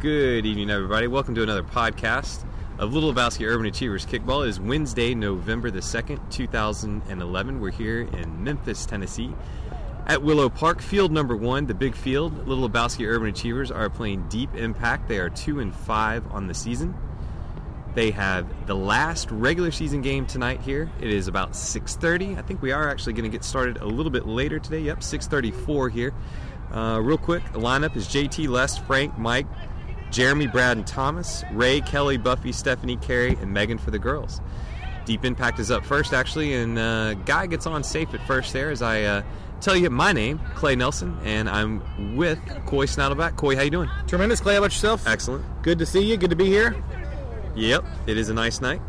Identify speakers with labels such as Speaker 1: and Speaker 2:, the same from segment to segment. Speaker 1: Good evening, everybody. Welcome to another podcast of Little Lebowski Urban Achievers Kickball. It is Wednesday, November the 2nd, 2011. We're here in Memphis, Tennessee at Willow Park, field number one, the big field. Little Lebowski Urban Achievers are playing Deep Impact. They are 2 and 5 on the season. They have the last regular season game tonight here. It is about 6:30. I think we are actually going to get started a little bit later today. Yep, 6:34 here. Uh, real quick, the lineup is JT, Les, Frank, Mike, Jeremy, Brad, and Thomas, Ray, Kelly, Buffy, Stephanie, Carrie, and Megan for the girls. Deep Impact is up first, actually, and uh, Guy gets on safe at first there as I uh, tell you my name, Clay Nelson, and I'm with Coy Snattleback. Coy, how you doing?
Speaker 2: Tremendous, Clay. How about yourself?
Speaker 1: Excellent.
Speaker 2: Good to see you. Good to be here.
Speaker 1: Yep, it is a nice night.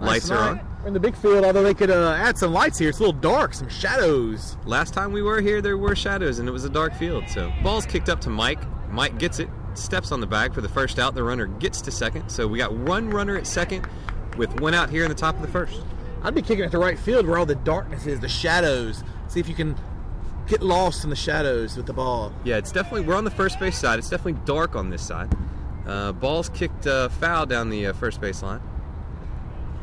Speaker 1: Lights are on.
Speaker 2: We're in the big field, although they could uh, add some lights here. It's a little dark, some shadows.
Speaker 1: Last time we were here, there were shadows and it was a dark field. So ball's kicked up to Mike. Mike gets it, steps on the bag for the first out. The runner gets to second. So we got one runner at second with one out here in the top of the first.
Speaker 2: I'd be kicking at the right field where all the darkness is, the shadows. See if you can get lost in the shadows with the ball.
Speaker 1: Yeah, it's definitely we're on the first base side. It's definitely dark on this side. Uh, ball's kicked uh, foul down the uh, first base line.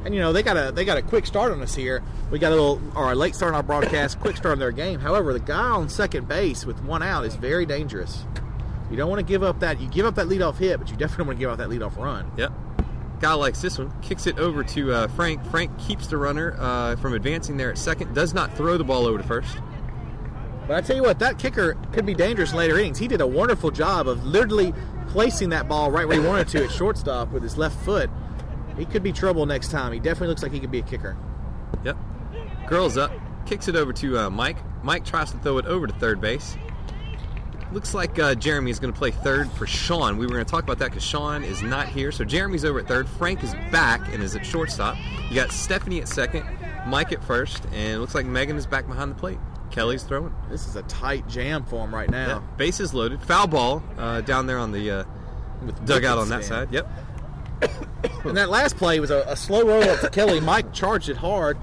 Speaker 2: And you know they got a they got a quick start on us here. We got a little or a late start on our broadcast, quick start on their game. However, the guy on second base with one out is very dangerous. You don't want to give up that. You give up that leadoff hit, but you definitely don't want to give up that leadoff run.
Speaker 1: Yep. Guy likes this one. Kicks it over to uh, Frank. Frank keeps the runner uh, from advancing there at second. Does not throw the ball over to first.
Speaker 2: But I tell you what, that kicker could be dangerous in later innings. He did a wonderful job of literally placing that ball right where he wanted to at shortstop with his left foot. He could be trouble next time. He definitely looks like he could be a kicker.
Speaker 1: Yep. Girls up. Kicks it over to uh, Mike. Mike tries to throw it over to third base. Looks like uh, Jeremy is going to play third for Sean. We were going to talk about that because Sean is not here. So Jeremy's over at third. Frank is back and is at shortstop. You got Stephanie at second, Mike at first, and it looks like Megan is back behind the plate. Kelly's throwing.
Speaker 2: This is a tight jam for him right
Speaker 1: Yeah.
Speaker 2: now.
Speaker 1: Bases loaded. Foul ball uh, down there on the uh,
Speaker 2: With
Speaker 1: dugout on
Speaker 2: wickets
Speaker 1: that side.
Speaker 2: down.
Speaker 1: Yep.
Speaker 2: And that last play was a, a slow roll up to Kelly. Mike charged it hard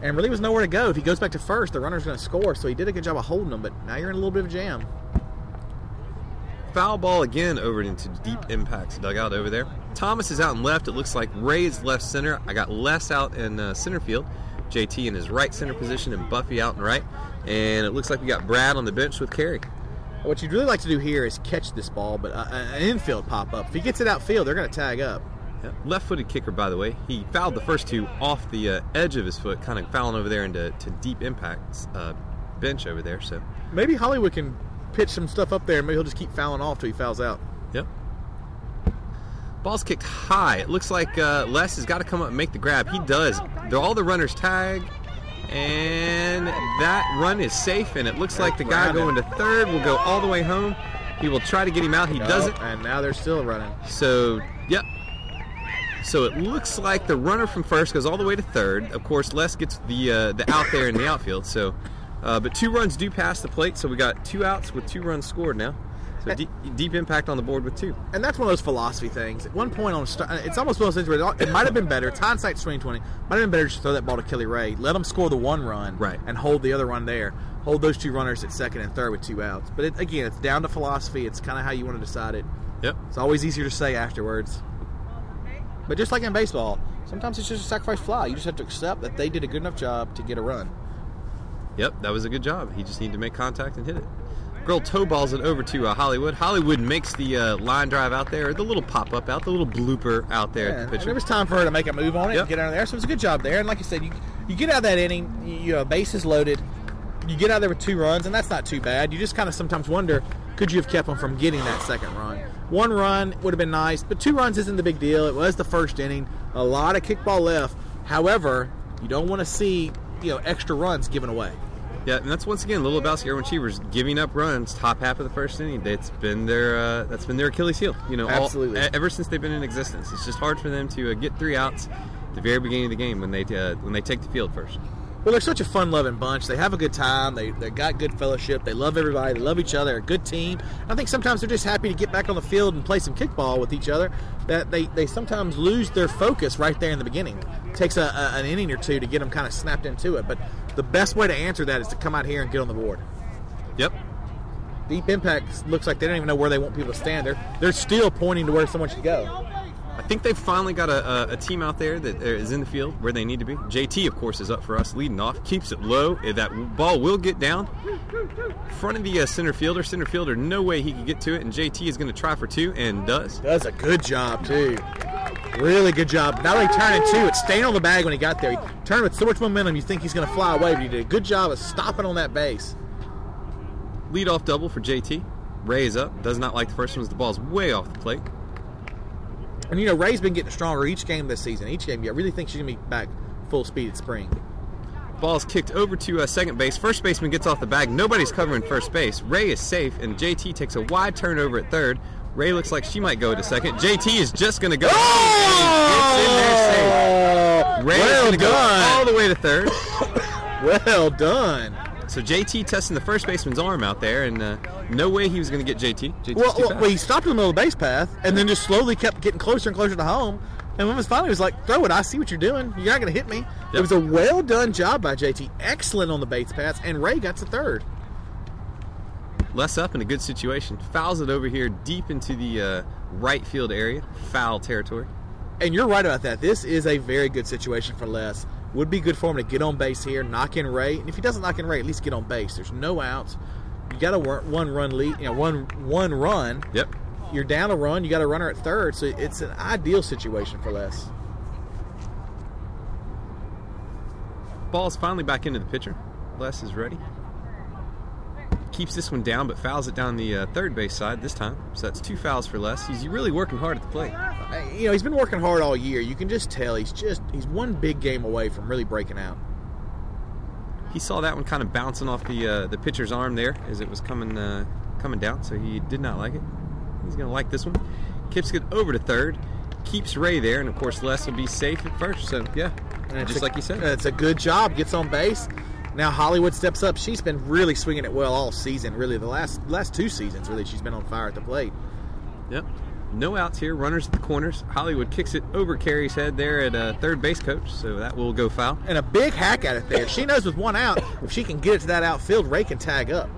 Speaker 2: and really was nowhere to go. If he goes back to first, the runner's going to score. So he did a good job of holding him, but now you're in a little bit of a jam.
Speaker 1: Foul ball again over into deep impacts dugout over there. Thomas is out in left. It looks like Ray is left center. I got Les out in uh, center field. JT in his right center position and Buffy out in right. And it looks like we got Brad on the bench with Carey.
Speaker 2: What you'd really like to do here is catch this ball, but uh, an infield pop up. If he gets it outfield, they're going to tag up.
Speaker 1: Yep. Left-footed kicker, by the way. He fouled the first two off the uh, edge of his foot, kind of fouling over there into to deep impacts uh, bench over there. So,
Speaker 2: Maybe Hollywood can pitch some stuff up there. Maybe he'll just keep fouling off till he fouls out.
Speaker 1: yep. Ball's kicked high. It looks like uh, Les has got to come up and make the grab. He does. They're all the runners tag, and that run is safe. And it looks like the guy going to third will go all the way home. He will try to get him out. He doesn't.
Speaker 2: And now they're still running.
Speaker 1: So, yep. So it looks like the runner from first goes all the way to third. Of course, Les gets the uh, the out there in the outfield. So, uh, but two runs do pass the plate. So we got two outs with two runs scored now. So deep, deep impact on the board with two.
Speaker 2: And that's one of those philosophy things. At one point on, st- it's almost one of those things where it, it might have been better. It's hindsight twenty twenty. Might have been better just to throw that ball to Kelly Ray, let him score the one run,
Speaker 1: Right.
Speaker 2: and hold the other run there. Hold those two runners at second and third with two outs. But it, again, it's down to philosophy. It's kind of how you want to decide it.
Speaker 1: Yep.
Speaker 2: It's always easier to say afterwards. But just like in baseball, sometimes it's just a sacrifice fly. You just have to accept that they did a good enough job to get a run.
Speaker 1: Yep, that was a good job. He just needed to make contact and hit it. Girl toe balls it over to uh, Hollywood. Hollywood makes the uh, line drive out there, the little pop up out, the little blooper out there.
Speaker 2: Yeah,
Speaker 1: at the
Speaker 2: and
Speaker 1: pitcher.
Speaker 2: there was time for her to make a move on it
Speaker 1: Yep.
Speaker 2: and get out of there. So it was a good job there. And like you said, you you get out of that inning, you, you know, bases loaded, you get out of there with two runs, and that's not too bad. You just kind of sometimes wonder, could you have kept them from getting that second run? One run would have been nice, but two runs isn't the big deal. It was the first inning, a lot of kickball left. However, you don't want to see you know extra runs given away.
Speaker 1: Yeah, and that's once again Little Lebowski Urban Achievers giving up runs top half of the first inning. That's been their uh, that's been their Achilles heel. You know, all-
Speaker 2: Absolutely.
Speaker 1: e- ever since they've been in existence, it's just hard for them to uh, get three outs at the very beginning of the game when they uh, when they take the field first.
Speaker 2: Well, they're such a fun-loving bunch. They have a good time. They they got good fellowship. They love everybody. They love each other. They're a good team. I think sometimes they're just happy to get back on the field and play some kickball with each other. That they, they sometimes lose their focus right there in the beginning. It takes a, a, an inning or two to get them kind of snapped into it. But the best way to answer that is to come out here and get on the board.
Speaker 1: Yep.
Speaker 2: Deep Impact looks like they don't even know where they want people to stand. They're they're still pointing to where someone should go.
Speaker 1: I think they've finally got a, a, a team out there that is in the field where they need to be. JT, of course, is up for us, leading off, keeps it low. That ball will get down. Front of the uh, center fielder, center fielder, no way he could get to it, and JT is going to try for two and does.
Speaker 2: Does a good job too. Really good job. Not only turning two, it's staying on the bag when he got there. He turned with so much momentum, you think he's going to fly away, but he did a good job of stopping on that base.
Speaker 1: Lead off double for JT. Ray is up, does not like the first one. The ball's way off the plate.
Speaker 2: And you know, Ray's been getting stronger each game this season. Each game, I really think she's gonna be back full speed at spring.
Speaker 1: Ball's kicked over to uh, second base. First baseman gets off the bag. Nobody's covering first base. Ray is safe, and JT takes a wide turnover at third. Ray looks like she might go to second. JT is just gonna go.
Speaker 2: Oh!
Speaker 1: Ray
Speaker 2: Well
Speaker 1: is gonna
Speaker 2: done.
Speaker 1: go all the way to third.
Speaker 2: Well done.
Speaker 1: so JT testing the first baseman's arm out there, and uh, no way he was gonna get JT. JT's
Speaker 2: Well,
Speaker 1: too
Speaker 2: well,
Speaker 1: fast.
Speaker 2: well, he stopped in the middle of the base path and then just slowly kept getting closer and closer to home. And when it was finally he was like, throw it, I see what you're doing. You're not going to hit me. It
Speaker 1: Yep.
Speaker 2: was a well done job by JT. Excellent on the base paths. And Ray got to third.
Speaker 1: Less up in a good situation. Fouls it over here deep into the uh, right field area, foul territory.
Speaker 2: And you're right about that. This is a very good situation for Les. Would be good for him to get on base here, knock in Ray. And if he doesn't knock in Ray, at least get on base. There's no outs. You got a wor- one run lead, you know, one one run.
Speaker 1: Yep.
Speaker 2: You're down a run. You got a runner at third, so it's an ideal situation for Les.
Speaker 1: Ball's finally back into the pitcher. Les is ready. Keeps this one down, but fouls it down the uh, third base side this time. So that's two fouls for Les. He's really working hard at the plate.
Speaker 2: Uh, you know he's been working hard all year you can just tell he's just he's one big game away from really breaking out
Speaker 1: He saw that one kind of bouncing off the uh, the pitcher's arm there as it was coming uh, coming down, so he did not like it. He's gonna like this one. Kips it over to third, keeps Ray there, and of course Les will be safe at first. So yeah,
Speaker 2: And it's
Speaker 1: just
Speaker 2: a-
Speaker 1: like you said.
Speaker 2: and it's a good job gets on base now hollywood steps up she's been really swinging it well all season really the last last two seasons really she's been on fire at the plate
Speaker 1: Yep. No outs here. Runners at the corners. Hollywood kicks it over Carey's head there at uh, third base coach, so that will go foul.
Speaker 2: and a big hack at it there she knows with one out if she can get it to that outfield ray can tag up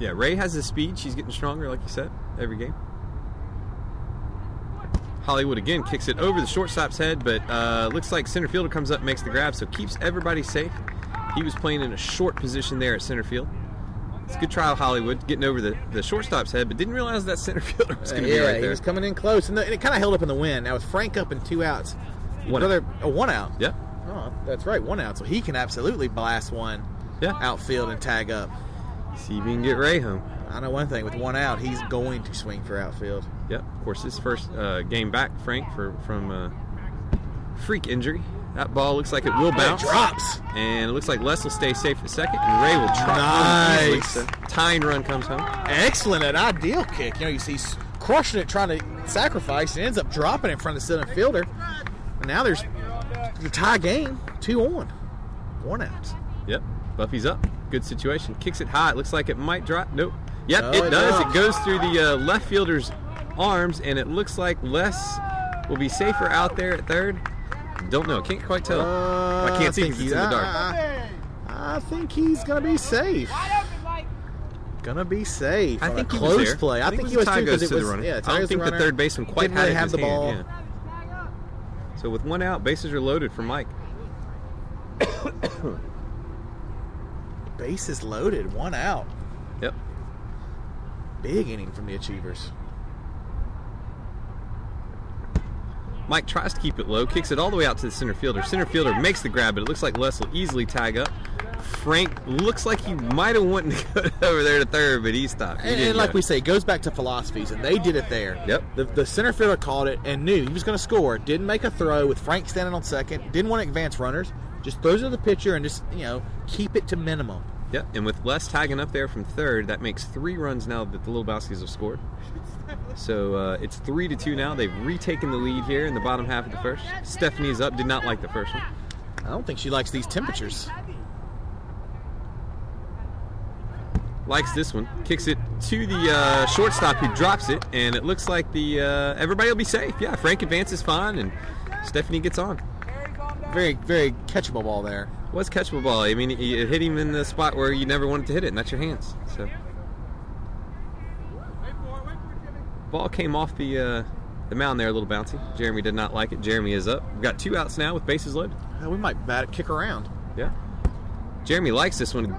Speaker 1: Yeah, Ray has the speed. She's getting stronger, like you said, every game. Hollywood again kicks it over the shortstop's head, but uh, looks like center fielder comes up, makes the grab, so keeps everybody safe. He was playing in a short position there at center field. It's a good trial, Hollywood, getting over the, the shortstop's head, but didn't realize that center fielder was going to
Speaker 2: Uh, yeah
Speaker 1: be right
Speaker 2: he
Speaker 1: there.
Speaker 2: was coming in close and, the, and it kind of held up in the wind now with frank up and two outs
Speaker 1: One
Speaker 2: Brother- oh, one out
Speaker 1: Yep.
Speaker 2: oh that's right one out so he can absolutely blast one
Speaker 1: Yeah.
Speaker 2: outfield and tag up
Speaker 1: See if you can get Ray home.
Speaker 2: I know one thing. With one out, he's going to swing for outfield.
Speaker 1: Yep. Of course, his first uh, game back, Frank, for, from uh, freak injury. That ball looks like it will bounce.
Speaker 2: drops.
Speaker 1: And it looks like Les will stay safe at second, and Ray will try.
Speaker 2: Nice.
Speaker 1: tying run comes home.
Speaker 2: Excellent, an ideal kick. You know, you see s- crushing it, trying to sacrifice, and ends up dropping in front of the center fielder. And now there's the tie game, two on, one out.
Speaker 1: Yep. Buffy's up. Good situation. Kicks it high. It looks like it might drop. Nope. Yep,
Speaker 2: No,
Speaker 1: it,
Speaker 2: it
Speaker 1: does.
Speaker 2: does.
Speaker 1: It goes through the uh, left fielder's arms, and it looks like Les will be safer out there at third. Don't know. Can't quite tell.
Speaker 2: Uh,
Speaker 1: I can't see
Speaker 2: think
Speaker 1: because it's
Speaker 2: he-
Speaker 1: in the dark.
Speaker 2: I, I- I think he's gonna be safe. Gonna be safe.
Speaker 1: I
Speaker 2: on a
Speaker 1: think he was
Speaker 2: close
Speaker 1: there.
Speaker 2: play. I, think
Speaker 1: it
Speaker 2: he was
Speaker 1: tie
Speaker 2: too
Speaker 1: goes
Speaker 2: because it
Speaker 1: to
Speaker 2: was
Speaker 1: the runner.
Speaker 2: yeah. tie
Speaker 1: I don't think
Speaker 2: goes to the
Speaker 1: the
Speaker 2: runner.
Speaker 1: third baseman quite
Speaker 2: Didn't
Speaker 1: had
Speaker 2: really
Speaker 1: it in
Speaker 2: have
Speaker 1: his
Speaker 2: the
Speaker 1: hand,
Speaker 2: ball.
Speaker 1: yeah. So with one out, bases are loaded for Mike.
Speaker 2: Base is loaded, one out.
Speaker 1: Yep.
Speaker 2: Big inning from the Achievers.
Speaker 1: Mike tries to keep it low, kicks it all the way out to the center fielder. Center fielder makes the grab, but it looks like Les will easily tag up. Frank looks like he might have wanted to go over there to third, but he stopped. He
Speaker 2: And,
Speaker 1: didn't
Speaker 2: and like
Speaker 1: go.
Speaker 2: we say, it goes back to philosophies, and they did it there.
Speaker 1: Yep.
Speaker 2: The, the center fielder called it and knew he was going to score. Didn't make a throw with Frank standing on second. Didn't want to advance runners. Just throws it to the pitcher and just, you know, keep it to minimum.
Speaker 1: Yep, and with Les tagging up there from third, that makes three runs now that the Little Baskets have scored. So uh, it's three to two now. They've retaken the lead here in the bottom half of the first. Stephanie's up. Did not like the first one.
Speaker 2: I don't think she likes these temperatures.
Speaker 1: likes this one, kicks it to the uh, shortstop who drops it, and it looks like the uh, everybody will be safe. Yeah, Frank advances fine, and Stephanie gets on.
Speaker 2: Very, very catchable ball there.
Speaker 1: Was catchable ball. I mean, it it hit him in the spot where you never wanted to hit it, and that's your hands. So Ball came off the uh, the mound there a little bouncy. Jeremy did not like it. Jeremy is up. We've got two outs now with bases loaded.
Speaker 2: Uh, We might bat kick around.
Speaker 1: Yeah. Jeremy likes this one.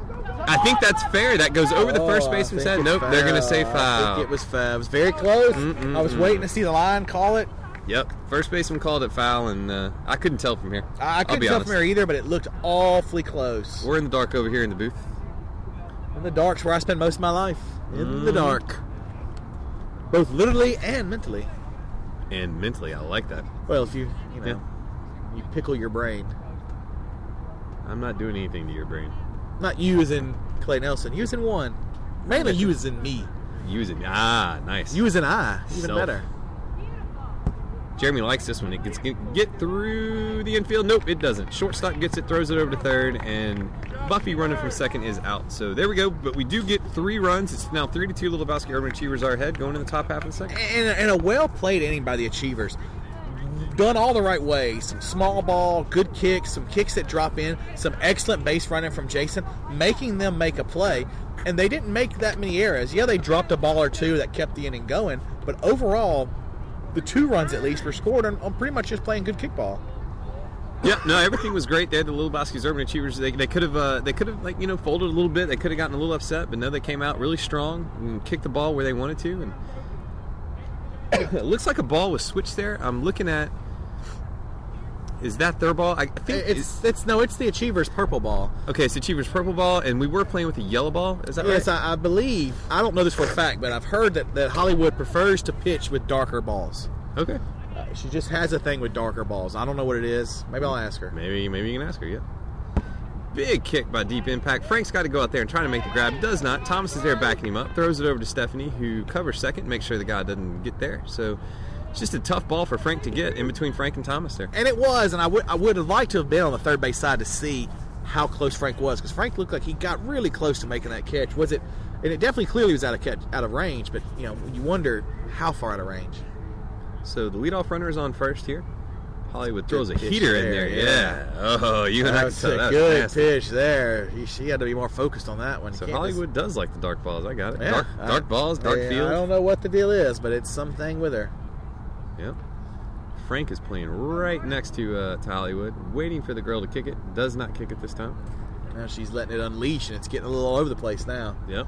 Speaker 1: I think that's fair. That goes over the first
Speaker 2: Oh, I
Speaker 1: baseman's
Speaker 2: think
Speaker 1: head.
Speaker 2: it's
Speaker 1: Nope, they're going to say
Speaker 2: foul. I think it
Speaker 1: foul.
Speaker 2: was foul. It was very close. I was waiting to see the line call it.
Speaker 1: Yep, first baseman called it foul, and uh, I couldn't tell from here.
Speaker 2: I, I
Speaker 1: I'll
Speaker 2: couldn't
Speaker 1: be
Speaker 2: tell
Speaker 1: honest.
Speaker 2: from here e- either, but it looked awfully close.
Speaker 1: We're in the dark over here in the booth.
Speaker 2: In the dark's where I spend most of my life. In the
Speaker 1: Mm.
Speaker 2: dark. Both literally and mentally.
Speaker 1: And mentally, I like that.
Speaker 2: Well, if you, you know, you pickle your brain.
Speaker 1: I'm not doing anything to your brain.
Speaker 2: Not you as in Clay Nelson. You as in one. Mainly you as in me.
Speaker 1: Use it. Ah, nice.
Speaker 2: You as in I. Even
Speaker 1: Self.
Speaker 2: better.
Speaker 1: Jeremy likes this one. It gets get, get through the infield. Nope, it doesn't. Shortstop gets it, throws it over to third, and Buffy running from second is out. So there we go. But we do get three runs. It's now three to two. Little Basket Urban Achievers are ahead, going in the top half of the second.
Speaker 2: and, and a well played inning by the Achievers. Done all the right way. Some small ball, good kicks, some kicks that drop in, some excellent base running from Jason, making them make a play. And they didn't make that many errors. Yeah, they dropped a ball or two that kept the inning going, but overall, the two runs at least were scored on, on pretty much just playing good kickball.
Speaker 1: yeah, no, everything was great there. The Little Baskets Urban Achievers, they, they could have, uh, they could have like you know folded a little bit. They could have gotten a little upset, but no, they came out really strong and kicked the ball where they wanted to. And it looks like a ball was switched there. I'm looking at, is that their ball? I think
Speaker 2: It's it's no, it's the Achievers purple ball.
Speaker 1: Okay, so Cheever's purple ball, and we were playing with a yellow ball. Is that
Speaker 2: Yes,
Speaker 1: right?
Speaker 2: I, I believe I don't know this for a fact, but I've heard that, that Hollywood prefers to pitch with darker balls.
Speaker 1: okay.
Speaker 2: Uh, she just has a thing with darker balls. I don't know what it is. Maybe I'll ask her.
Speaker 1: Maybe maybe you can ask her. Yeah. Big kick by Deep Impact. Frank's got to go out there and try to make the grab. Does not. Thomas is there backing him up. Throws it over to Stephanie, who covers second, makes sure the guy doesn't get there. So it's just a tough ball for Frank to get in between Frank and Thomas there.
Speaker 2: And it was, and I would I would have liked to have been on the third base side to see how close Frank was because Frank looked like he got really close to making that catch. Was it? And it definitely clearly was out of catch, out of range. But you know, you wonder how far out of range.
Speaker 1: So the leadoff runner is on first here. Hollywood throws a
Speaker 2: Good pitch
Speaker 1: heater in there.
Speaker 2: there,
Speaker 1: Yeah.
Speaker 2: yeah.
Speaker 1: Oh, you and I
Speaker 2: That
Speaker 1: can
Speaker 2: was
Speaker 1: tell
Speaker 2: a
Speaker 1: that was
Speaker 2: good
Speaker 1: nasty.
Speaker 2: pitch there. He, she had to be more focused on that one.
Speaker 1: So
Speaker 2: Can't just-
Speaker 1: Hollywood does like the dark balls. I got it.
Speaker 2: Yeah,
Speaker 1: dark,
Speaker 2: I-
Speaker 1: dark balls, dark
Speaker 2: I-
Speaker 1: field.
Speaker 2: I don't know what the deal is, but it's something with her.
Speaker 1: Yep. Frank is playing right next to, uh, to Hollywood, waiting for the girl to kick it. Does not kick it this time.
Speaker 2: Now she's letting it unleash, and it's getting a little all over the place now.
Speaker 1: Yep.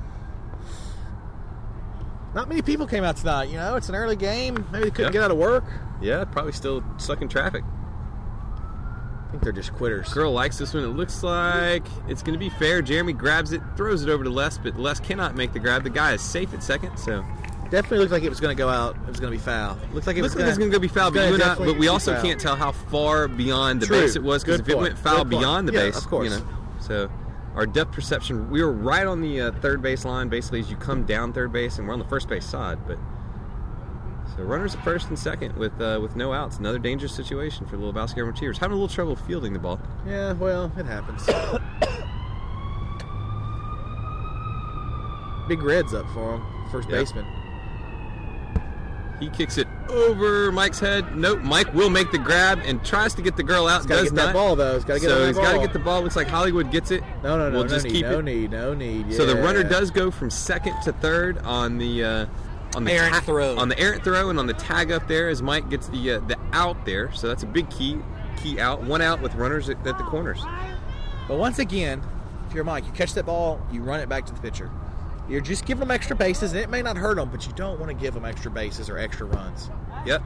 Speaker 2: Not many people came out tonight. You know, it's an early game. Maybe they couldn't
Speaker 1: Yep.
Speaker 2: get out of work.
Speaker 1: Yeah, probably still stuck in traffic.
Speaker 2: I think they're just quitters.
Speaker 1: Girl likes this one. It looks like it's going to be fair. Jeremy grabs it, throws it over to Les, but Les cannot make the grab. The guy is safe at second, so
Speaker 2: Definitely looked like it was going to go out. It was going to be foul. Looked like it
Speaker 1: looks
Speaker 2: was
Speaker 1: like
Speaker 2: going
Speaker 1: it's going to be foul. But,
Speaker 2: gonna
Speaker 1: you and I-
Speaker 2: definitely
Speaker 1: but we
Speaker 2: be
Speaker 1: also
Speaker 2: foul.
Speaker 1: can't tell how far beyond the
Speaker 2: True.
Speaker 1: base it was because
Speaker 2: Good
Speaker 1: if it
Speaker 2: point.
Speaker 1: went foul
Speaker 2: Good point.
Speaker 1: beyond the
Speaker 2: Yeah,
Speaker 1: base,
Speaker 2: of course.
Speaker 1: You know, so our depth perception, we were right on the uh, third base line. Basically, as you come down third base, and we're on the first base side, but. So runners at first and second with uh, with no outs. Another dangerous situation for the Lebowski Urban Cheaters. Having a little trouble fielding the ball.
Speaker 2: Yeah, well, it happens. Big Red's up for him, first
Speaker 1: Yep.
Speaker 2: baseman.
Speaker 1: He kicks it over Mike's head. Nope. Mike will make the grab and tries to get the girl out.
Speaker 2: He's got to
Speaker 1: Does
Speaker 2: get
Speaker 1: not.
Speaker 2: that ball though. He's got to get on
Speaker 1: so
Speaker 2: that
Speaker 1: he's
Speaker 2: ball.
Speaker 1: got to get the ball. Looks like Hollywood gets it.
Speaker 2: No, no, no,
Speaker 1: We'll
Speaker 2: no
Speaker 1: just
Speaker 2: need,
Speaker 1: keep
Speaker 2: no
Speaker 1: it.
Speaker 2: need, no need.
Speaker 1: So the
Speaker 2: yeah.
Speaker 1: runner does go from second to third on the uh, on the
Speaker 2: Errant
Speaker 1: ta-
Speaker 2: throw.
Speaker 1: on the errant throw and on the tag up there as Mike gets the uh, the out there. So that's a big key key out. One out with runners at, at the corners.
Speaker 2: But once again, if you're Mike, you catch that ball, you run it back to the pitcher. You're just giving them extra bases, and it may not hurt them, but you don't want to give them extra bases or extra runs.
Speaker 1: Yep.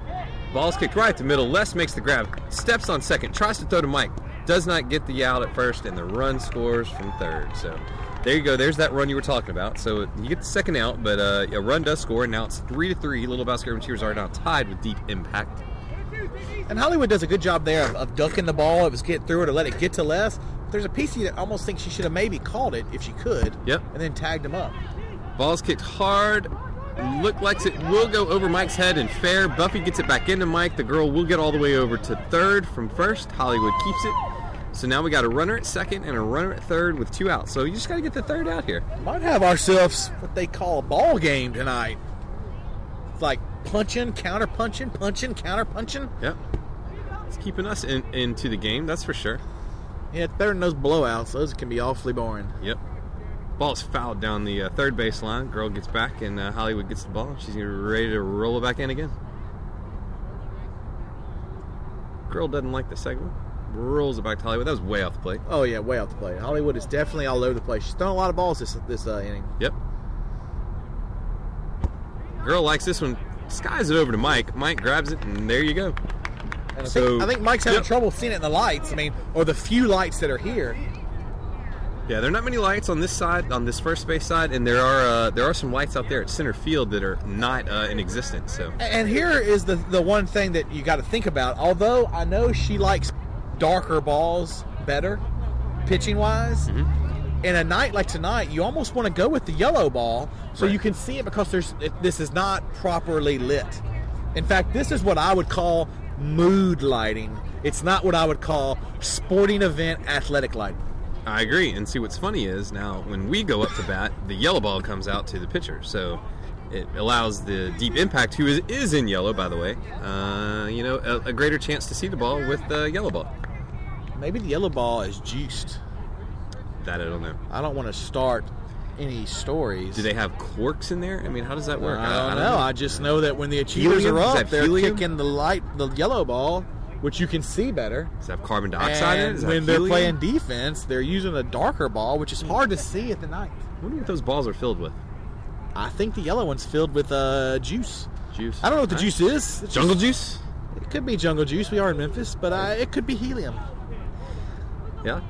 Speaker 1: Ball's kicked right to middle. Les makes the grab. Steps on second. Tries to throw to Mike. Does not get the out at first, and the run scores from third. So there you go. There's that run you were talking about. So you get the second out, but uh, a run does score, and now it's three to three. Little Basket Urban Cheers are now tied with Deep Impact.
Speaker 2: And Hollywood does a good job there of, of ducking the ball. It was get through it or let it get to Les. There's a piece of you that almost thinks she should have maybe called it if she could.
Speaker 1: Yep.
Speaker 2: And then tagged him up.
Speaker 1: Ball's kicked hard. Look like it will go over Mike's head and fair. Buffy gets it back into Mike. The girl will get all the way over to third from first. Hollywood keeps it. So now we got a runner at second and a runner at third with two outs. So you just got to get the third out here.
Speaker 2: Might have ourselves what they call a ball game tonight. It's like punching, counter punching, punching, counter punching.
Speaker 1: Yep. It's keeping us in, into the game, that's for sure.
Speaker 2: Yeah, it's better than those blowouts. Those can be awfully boring.
Speaker 1: Yep. Ball's fouled down the uh, third baseline. Girl gets back, and uh, Hollywood gets the ball. She's ready to roll it back in again. Girl doesn't like the segment. Rolls it back to Hollywood. That was way off the plate.
Speaker 2: Oh yeah, way off the plate. Hollywood is definitely all over the place. She's thrown a lot of balls this this uh, inning.
Speaker 1: Yep. Girl likes this one. Skies it over to Mike. Mike grabs it, and there you go.
Speaker 2: And I,
Speaker 1: So-
Speaker 2: think, I think Mike's having
Speaker 1: Yep.
Speaker 2: trouble seeing it in the lights. I mean, or the few lights that are here.
Speaker 1: Yeah, there are not many lights on this side, on this first base side, and there are uh, there are some lights out there at center field that are not uh, in existence. So
Speaker 2: A- And here is the the one thing that you got to think about. Although I know she likes darker balls better, pitching wise.
Speaker 1: Mm-hmm.
Speaker 2: In a night like tonight, you almost want to go with the yellow ball so
Speaker 1: Right.
Speaker 2: you can see it because there's it, this is not properly lit. In fact, this is what I would call mood lighting. It's not what I would call sporting event athletic lighting.
Speaker 1: I agree. And see, what's funny is now when we go up to bat, the yellow ball comes out to the pitcher, so it allows the deep impact, who is, is in yellow, by the way, uh, you know, a, a greater chance to see the ball with the yellow ball.
Speaker 2: Maybe the yellow ball is juiced.
Speaker 1: That I don't know.
Speaker 2: I don't want to start any stories.
Speaker 1: Do they have corks in there? I mean, how does that work?
Speaker 2: I don't, know. I just know that when the achievers
Speaker 1: Helium?
Speaker 2: are
Speaker 1: Is
Speaker 2: up,
Speaker 1: that
Speaker 2: they're
Speaker 1: helium?
Speaker 2: kicking the light, the yellow ball, which you can see better.
Speaker 1: Does it have carbon dioxide in it?
Speaker 2: and
Speaker 1: Does it have
Speaker 2: when they're
Speaker 1: helium?
Speaker 2: playing defense, they're using a darker ball, which is hard to see at the night.
Speaker 1: I wonder what those balls are filled with.
Speaker 2: I think the yellow one's filled with uh, juice.
Speaker 1: Juice.
Speaker 2: I don't know what the
Speaker 1: Huh?
Speaker 2: juice is. It's
Speaker 1: Jungle
Speaker 2: just-
Speaker 1: juice.
Speaker 2: It could be jungle juice. We are in Memphis, but uh, it could be helium.
Speaker 1: Yeah.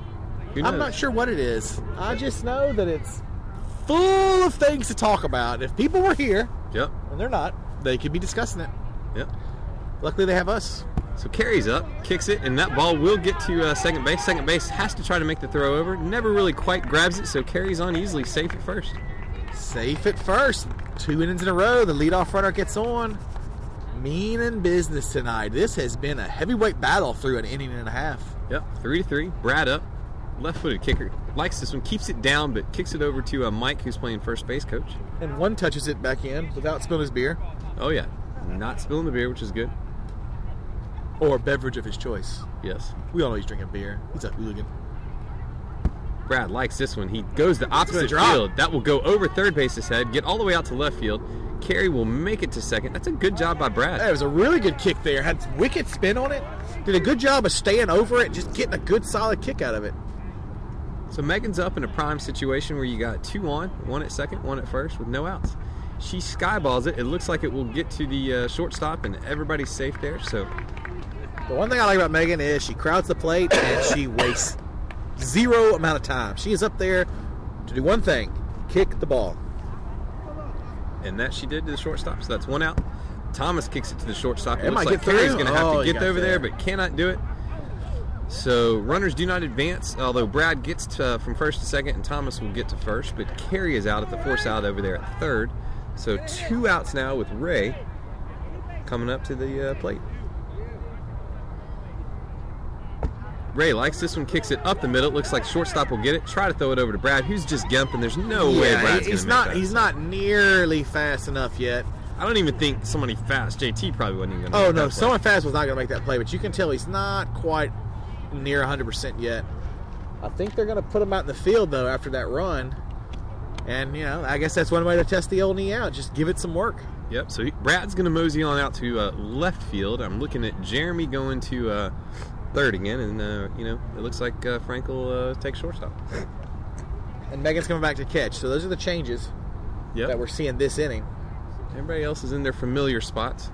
Speaker 1: Who knows?
Speaker 2: I'm not sure what it is. I just know that it's full of things to talk about. If people were here,
Speaker 1: Yep.
Speaker 2: and they're not, they could be discussing it.
Speaker 1: Yep.
Speaker 2: Luckily, they have us.
Speaker 1: So carries up, kicks it, and that ball will get to uh, second base. Second base has to try to make the throw over. Never really quite grabs it, so carries on easily, safe at first.
Speaker 2: Safe at first. Two innings in a row. The leadoff runner gets on. Mean in business tonight. This has been a heavyweight battle through an inning and a half.
Speaker 1: Yep. Three to three. Brad up, left-footed kicker. Likes this one, keeps it down, but kicks it over to uh, Mike, who's playing first base coach.
Speaker 2: And one touches it back in without spilling his beer
Speaker 1: Oh yeah, not spilling the beer, which is good.
Speaker 2: or beverage of his choice.
Speaker 1: Yes.
Speaker 2: We all know he's drinking beer. He's a hooligan.
Speaker 1: Brad likes this one. He goes the opposite
Speaker 2: drop.
Speaker 1: field. That will go over third base's head, get all the way out to left field. Carey will make it to second. That's a good job by Brad.
Speaker 2: That was a really good kick there. Had wicked spin on it. Did a good job of staying over it, just getting a good solid kick out of it.
Speaker 1: So Megan's up in a prime situation where you got two on, one at second, one at first, with no outs. She skyballs it. It looks like it will get to the uh, shortstop, and everybody's safe there. So
Speaker 2: The one thing I like about Megan is she crowds the plate and she wastes zero amount of time. She is up there to do one thing kick the ball.
Speaker 1: and that she did to the shortstop. So that's one out. Thomas kicks it to the shortstop. It,
Speaker 2: It
Speaker 1: looks
Speaker 2: might
Speaker 1: like
Speaker 2: get through.
Speaker 1: Carey's going to have
Speaker 2: Oh,
Speaker 1: to
Speaker 2: he
Speaker 1: get
Speaker 2: got
Speaker 1: over there.
Speaker 2: there.
Speaker 1: but cannot do it. So runners do not advance, although Brad gets to, uh, from first to second, and Thomas will get to first. But Carey is out at the force out over there at third. So two outs now with Ray coming up to the uh, plate. Ray likes this one, kicks it up the middle. Looks like shortstop will get it. Try to throw it over to Brad, who's just gumping. There's no way
Speaker 2: Yeah,
Speaker 1: Brad's
Speaker 2: he- he's
Speaker 1: gonna make
Speaker 2: not.
Speaker 1: that.
Speaker 2: He's not nearly fast enough yet.
Speaker 1: I don't even think somebody fast. JT probably wasn't even. Gonna
Speaker 2: Oh
Speaker 1: make
Speaker 2: no,
Speaker 1: that play.
Speaker 2: someone fast was not going to make that play, but you can tell he's not quite near 100 percent yet. I think they're going to put him out in the field though after that run, and you know, I guess that's one way to test the old knee out. Just give it some work.
Speaker 1: Yep. So he, Brad's gonna mosey on out to uh, left field. I'm looking at Jeremy going to uh, third again, and uh, you know it looks like uh, Frankel uh, takes shortstop.
Speaker 2: And Megan's coming back to catch. So those are the changes
Speaker 1: Yep.
Speaker 2: that we're seeing this inning.
Speaker 1: Everybody else is in their familiar spots.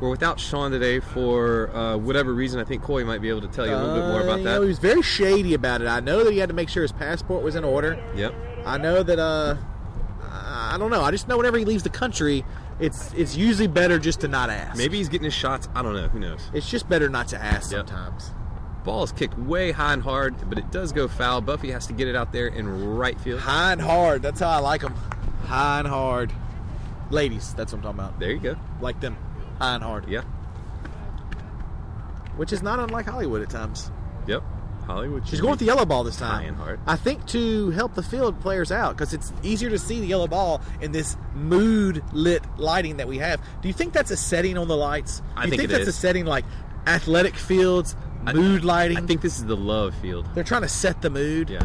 Speaker 1: We're without Sean today for uh, whatever reason. I think Coy might be able to tell you a little bit more
Speaker 2: Uh,
Speaker 1: about
Speaker 2: you
Speaker 1: that.
Speaker 2: know, he was very shady about it. I know that he had to make sure his passport was in order.
Speaker 1: Yep.
Speaker 2: I know that uh, I I don't know. I just know whenever he leaves the country, it's it's usually better just to not ask.
Speaker 1: Maybe he's getting his shots. I don't know. Who knows?
Speaker 2: it's just better not to ask
Speaker 1: Yep.
Speaker 2: sometimes.
Speaker 1: Ball is kicked way high and hard, but it does go foul. Buffy has to get it out there in right field.
Speaker 2: High and hard. That's how I like them. High and hard, ladies. That's what I'm talking about.
Speaker 1: There you go.
Speaker 2: Like them, high and hard.
Speaker 1: Yeah.
Speaker 2: Which is not unlike Hollywood at times.
Speaker 1: Yep. Hollywood.
Speaker 2: She's
Speaker 1: should
Speaker 2: going
Speaker 1: be-
Speaker 2: with the yellow ball this time.
Speaker 1: High and hard.
Speaker 2: I think to help the field players out because it's easier to see the yellow ball in this mood lit lighting that we have. Do you think that's a setting on the lights?
Speaker 1: I
Speaker 2: Do you
Speaker 1: think it
Speaker 2: that's a
Speaker 1: is.
Speaker 2: setting like athletic fields, mood lighting?
Speaker 1: I think this is the love field.
Speaker 2: they're trying to set the mood.
Speaker 1: Yeah.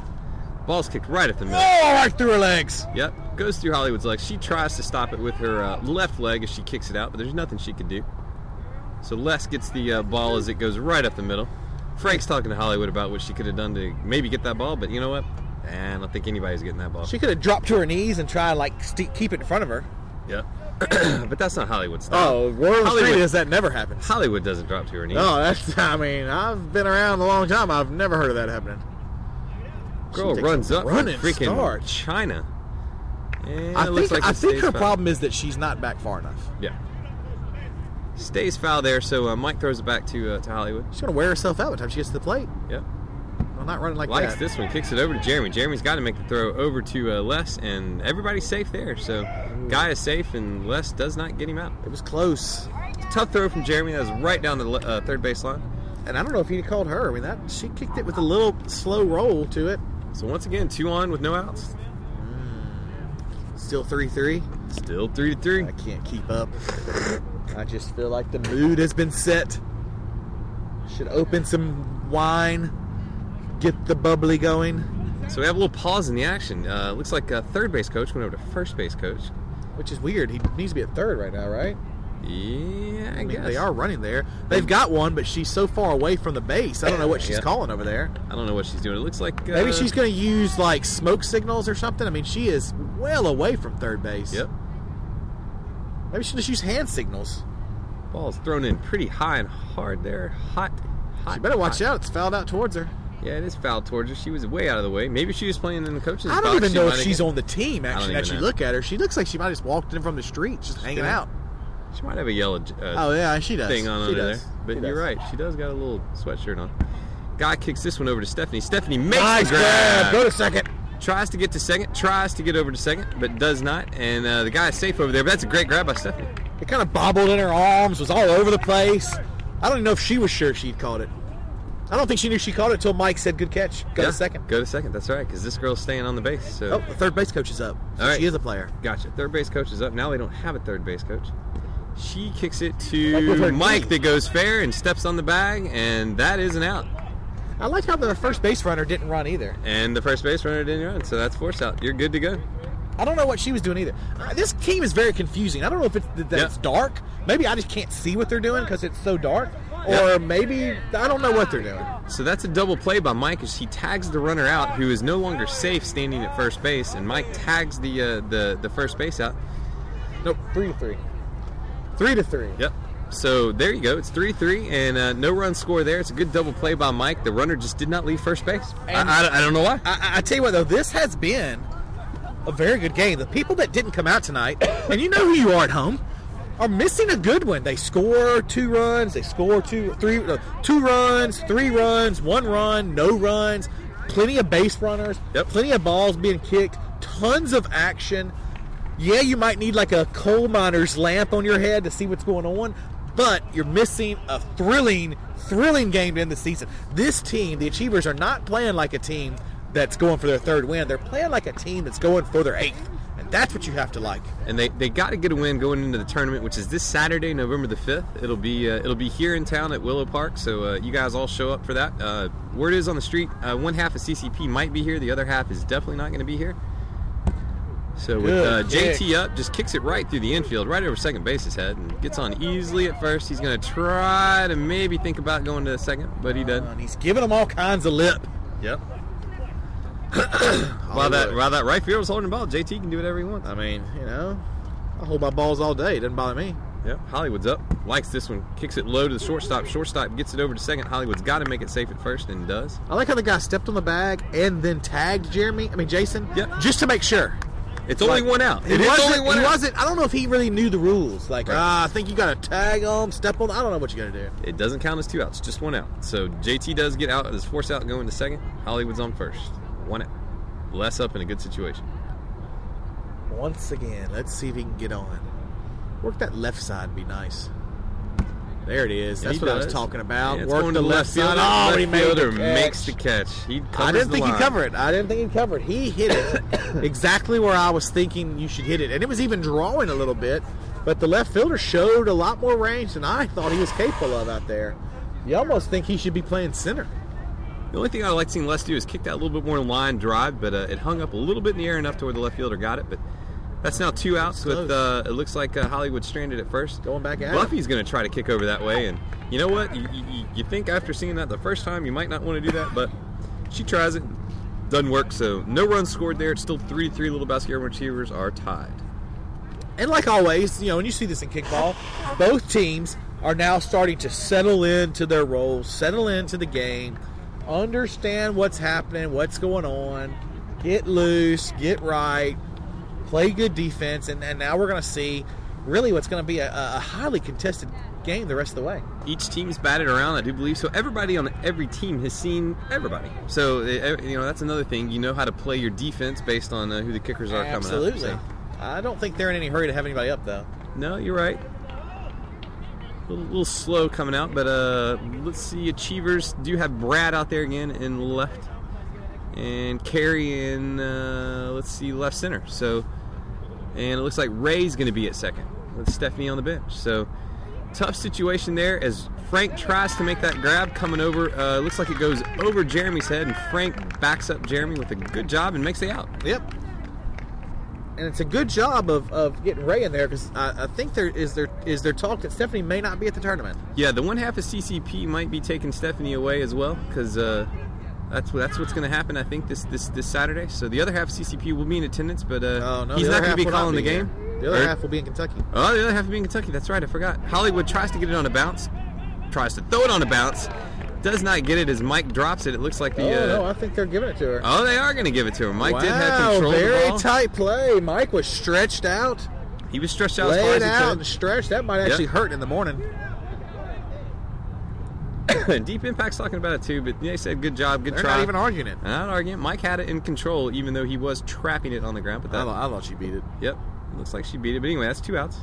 Speaker 1: Ball's kicked right at the middle.
Speaker 2: Oh, right through her legs.
Speaker 1: Yep, goes through Hollywood's leg. She tries to stop it with her uh, left leg as she kicks it out, but there's nothing she can do. So Les gets the uh, ball as it goes right up the middle. Frank's talking to Hollywood about what she could have done to maybe get that ball, but you know what? And I don't think anybody's getting that ball.
Speaker 2: She could have dropped to her knees and tried like st- keep it in front of her. Oh,
Speaker 1: yep. but that's not Hollywood style.
Speaker 2: World
Speaker 1: Oh, Hollywood.
Speaker 2: is that never happens.
Speaker 1: Hollywood doesn't drop to her knees.
Speaker 2: Oh, that's. I mean, I've been around a long time. I've never heard of that happening.
Speaker 1: Girl
Speaker 2: she takes
Speaker 1: runs
Speaker 2: a
Speaker 1: up
Speaker 2: running
Speaker 1: from freaking
Speaker 2: start.
Speaker 1: China. And
Speaker 2: I
Speaker 1: it
Speaker 2: think.
Speaker 1: looks like
Speaker 2: I
Speaker 1: it
Speaker 2: think
Speaker 1: stays
Speaker 2: her
Speaker 1: foul.
Speaker 2: problem is that she's not back far enough.
Speaker 1: Yeah. Stays foul there, so uh, Mike throws it back to uh, to Hollywood.
Speaker 2: She's gonna wear herself out by the time she gets to the plate.
Speaker 1: Yep.
Speaker 2: I'm not running like
Speaker 1: Likes
Speaker 2: that.
Speaker 1: this one, kicks it over to Jeremy. Jeremy's got to make the throw over to uh, Les, and everybody's safe there. So Guy is safe, and Les does not get him out.
Speaker 2: It was close,
Speaker 1: Tough throw from Jeremy. That was right down the le- uh, third baseline.
Speaker 2: and I don't know if he called her. I mean, that she kicked it with a little slow roll to it.
Speaker 1: So once again, two on with no outs.
Speaker 2: Still three three.
Speaker 1: Still three to three.
Speaker 2: I can't keep up. I just feel like the mood has been set. Should open some wine, get the bubbly going,
Speaker 1: So we have a little pause in the action. Uh, looks like uh, third base coach went over to first base coach.
Speaker 2: which is weird. He needs to be at third right now, right?
Speaker 1: Yeah, I,
Speaker 2: I mean,
Speaker 1: guess
Speaker 2: they are running there. They've got one, but she's so far away from the base. I don't know what she's
Speaker 1: Yeah.
Speaker 2: calling over there.
Speaker 1: I don't know what she's doing. It looks like uh,
Speaker 2: Maybe she's going to use like smoke signals or something. I mean, she is well away from third base.
Speaker 1: Yep.
Speaker 2: Maybe she'll just use hand signals.
Speaker 1: Ball's thrown in pretty high and hard there. Hot. hot
Speaker 2: She better watch
Speaker 1: hot.
Speaker 2: out. It's fouled out towards her.
Speaker 1: Yeah, it is foul towards her. She was way out of the way. Maybe she was playing in the coach's
Speaker 2: I
Speaker 1: box.
Speaker 2: don't even
Speaker 1: She
Speaker 2: know
Speaker 1: might
Speaker 2: if
Speaker 1: have
Speaker 2: she's
Speaker 1: get-
Speaker 2: on the team. Actually,
Speaker 1: even
Speaker 2: actually,
Speaker 1: know.
Speaker 2: look at her. She looks like she might have just walked in from the street, just hanging
Speaker 1: did.
Speaker 2: out.
Speaker 1: She might have a yellow j- uh,
Speaker 2: Oh yeah, she does.
Speaker 1: thing on
Speaker 2: she
Speaker 1: under
Speaker 2: does.
Speaker 1: there. But
Speaker 2: She
Speaker 1: you're
Speaker 2: does.
Speaker 1: right. She does got a little sweatshirt on. Guy kicks this one over to Stephanie. Stephanie makes
Speaker 2: Nice
Speaker 1: the
Speaker 2: grab.
Speaker 1: grab.
Speaker 2: Go to second.
Speaker 1: Tries to get to second. Tries to get over to second, but does not. And uh, the guy is safe over there. But that's a great grab by Stephanie.
Speaker 2: It kind of bobbled in her arms. Was all over the place. I don't even know if she was sure she'd caught it. I don't think she knew she caught it until Mike said, "Good catch." Go
Speaker 1: Yeah,
Speaker 2: to second.
Speaker 1: Go to second. That's right. Because this girl's staying on the base. So
Speaker 2: Oh, the third base coach is up. So
Speaker 1: All right.
Speaker 2: She is a player.
Speaker 1: Gotcha. Third base coach is up. Now they don't have a third base coach. She kicks it
Speaker 2: Like with
Speaker 1: to
Speaker 2: her
Speaker 1: Mike
Speaker 2: knee.
Speaker 1: that goes fair and steps on the bag, and that is an out.
Speaker 2: I like how the first base runner didn't run either.
Speaker 1: And the first base runner didn't run, so that's force out. You're good to go.
Speaker 2: I don't know what she was doing either. Uh, this team is very confusing. I don't know if it's that
Speaker 1: Yeah.
Speaker 2: it's dark. Maybe I just can't see what they're doing because it's so dark, or
Speaker 1: Yeah.
Speaker 2: maybe I don't know what they're doing.
Speaker 1: So that's a double play by Mike as he tags the runner out, who is no longer safe standing at first base, and Mike tags the uh, the the first base out.
Speaker 2: Nope, three to three, three to three.
Speaker 1: Yep. So there you go. It's three three, and uh, no run score there. It's a good double play by Mike. The runner just did not leave first base. I,
Speaker 2: And-
Speaker 1: I, I don't know why.
Speaker 2: I, I- I tell you what, though, this has been a very good game. The people that didn't come out tonight, and you know who you are at home, are missing a good one. They score two runs, they score two, three, no, two runs, three runs, one run, no runs, plenty of base runners,
Speaker 1: Yep.
Speaker 2: plenty of balls being kicked, tons of action. Yeah, you might need like a coal miner's lamp on your head to see what's going on, but you're missing a thrilling, thrilling game to end the season. This team, the Achievers, are not playing like a team that's going for their third win. They're playing like a team that's going for their eighth, and that's what you have to like.
Speaker 1: and they, they got to get a win going into the tournament, which is this Saturday, November the fifth. It'll be uh, it'll be here in town at Willow Park. So uh, you guys all show up for that. Uh, word is on the street, uh, one half of CCP might be here, the other half is definitely not going to be here. So with
Speaker 2: Good
Speaker 1: uh,
Speaker 2: kick.
Speaker 1: JT up, just kicks it right through the infield, right over second base's head, and gets on easily at first. He's going to try to maybe think about going to second, but he doesn't.
Speaker 2: And he's giving them all kinds of lip.
Speaker 1: Yep. while that while that right field was holding the ball, JT can do whatever he wants.
Speaker 2: I mean, you know, I hold my balls all day. It doesn't bother me.
Speaker 1: Yep, Hollywood's up. Likes this one. Kicks it low to the shortstop. Shortstop gets it over to second. Hollywood's got to make it safe at first and does.
Speaker 2: I like how the guy stepped on the bag and then tagged Jeremy. I mean, Jason.
Speaker 1: Yep.
Speaker 2: Just to make sure.
Speaker 1: It's only
Speaker 2: Like,
Speaker 1: one out.
Speaker 2: It
Speaker 1: It is
Speaker 2: wasn't,
Speaker 1: only one
Speaker 2: he
Speaker 1: out.
Speaker 2: wasn't. I don't know if he really knew the rules. Like,
Speaker 1: Right.
Speaker 2: ah, I think you got to tag on, step on. I don't know what you got to do.
Speaker 1: It doesn't count as two outs, just one out. So JT does get out. His force out going to second. Hollywood's on first. One out. Less up in a good situation.
Speaker 2: Once again, let's see if he can get on. Work that left side would be nice. There it is.
Speaker 1: Yeah,
Speaker 2: That's
Speaker 1: he
Speaker 2: what I was
Speaker 1: does.
Speaker 2: talking about.
Speaker 1: Yeah, it's
Speaker 2: Work
Speaker 1: going
Speaker 2: the
Speaker 1: to
Speaker 2: left, side.
Speaker 1: fielder.
Speaker 2: Oh,
Speaker 1: left
Speaker 2: he made
Speaker 1: fielder
Speaker 2: the catch.
Speaker 1: makes the catch. He covers
Speaker 2: I didn't
Speaker 1: the
Speaker 2: think
Speaker 1: line.
Speaker 2: he'd cover it. I didn't think he'd cover it. He hit it exactly where I was thinking you should hit it. And it was even drawing a little bit, but the left fielder showed a lot more range than I thought he was capable of out there. You almost think he should be playing center.
Speaker 1: The only thing I like seeing Les do is kick that a little bit more in line drive, but uh, it hung up a little bit in the air enough to where the left fielder got it. But that's now two outs with uh, it looks like uh, Hollywood stranded at first.
Speaker 2: Going back at
Speaker 1: Buffy's going to try to kick over that way, and you know what? You, you, you think after seeing that the first time you might not want to do that, but she tries it. Doesn't work, so no runs scored there. It's still 3 3. Little Basket Urban Retrievers are tied.
Speaker 2: And like always, you know, when you see this in kickball, both teams are now starting to settle into their roles, settle into the game, understand what's happening, what's going on, get loose, get right, play good defense, and, and now we're going to see really what's going to be a, a highly contested game the rest of the way.
Speaker 1: each team's batted around, I do believe. So everybody on every team has seen everybody. So eh, eh, you know that's another thing. You know how to play your defense based on uh, who the kickers are
Speaker 2: Absolutely.
Speaker 1: coming up. so.
Speaker 2: I don't think they're in any hurry to have anybody up, though.
Speaker 1: No, you're right. A little, little slow coming out, but uh, let's see. Achievers do have Brad out there again in left, and Carey in uh, let's see left center. So, and it looks like Ray's going to be at second with Stephanie on the bench. So, tough situation there as Frank tries to make that grab coming over. Uh, looks like it goes over Jeremy's head, and Frank backs up Jeremy with a good job and makes the out.
Speaker 2: Yep. And it's a good job of, of getting Ray in there because I, I think there is there is there talk that Stephanie may not be at the tournament.
Speaker 1: Yeah, the one half of CCP might be taking Stephanie away as well, because uh, that's what, that's what's going to happen. I think this, this this Saturday. So the other half of CCP will be in attendance, but uh,
Speaker 2: Oh no,
Speaker 1: he's
Speaker 2: the
Speaker 1: not going
Speaker 2: other
Speaker 1: to
Speaker 2: half
Speaker 1: be
Speaker 2: will not
Speaker 1: calling the
Speaker 2: here.
Speaker 1: game.
Speaker 2: The other
Speaker 1: Or-
Speaker 2: half will be in Kentucky.
Speaker 1: Oh, the other half will be in Kentucky. That's right, I forgot. Hollywood tries to get it on a bounce, tries to throw it on a bounce, does not get it as Mike drops it. It looks like the.
Speaker 2: oh
Speaker 1: uh,
Speaker 2: no, I think they're giving it to her.
Speaker 1: Oh, they are going to give it to him. Mike
Speaker 2: wow,
Speaker 1: did have control. of the
Speaker 2: very
Speaker 1: ball.
Speaker 2: tight play. Mike was stretched out,
Speaker 1: He was stretched out as far as
Speaker 2: laid
Speaker 1: he
Speaker 2: out
Speaker 1: could.
Speaker 2: and stretched. That might actually hurt in the morning.
Speaker 1: Deep Impact's talking about it too, but they said good job, good
Speaker 2: They're
Speaker 1: try.
Speaker 2: not even arguing it.
Speaker 1: not arguing. Mike had it in control, even though he was trapping it on the ground. But
Speaker 2: I
Speaker 1: that,
Speaker 2: thought, I thought she beat it.
Speaker 1: Yep. Looks like she beat it. But anyway, that's two outs.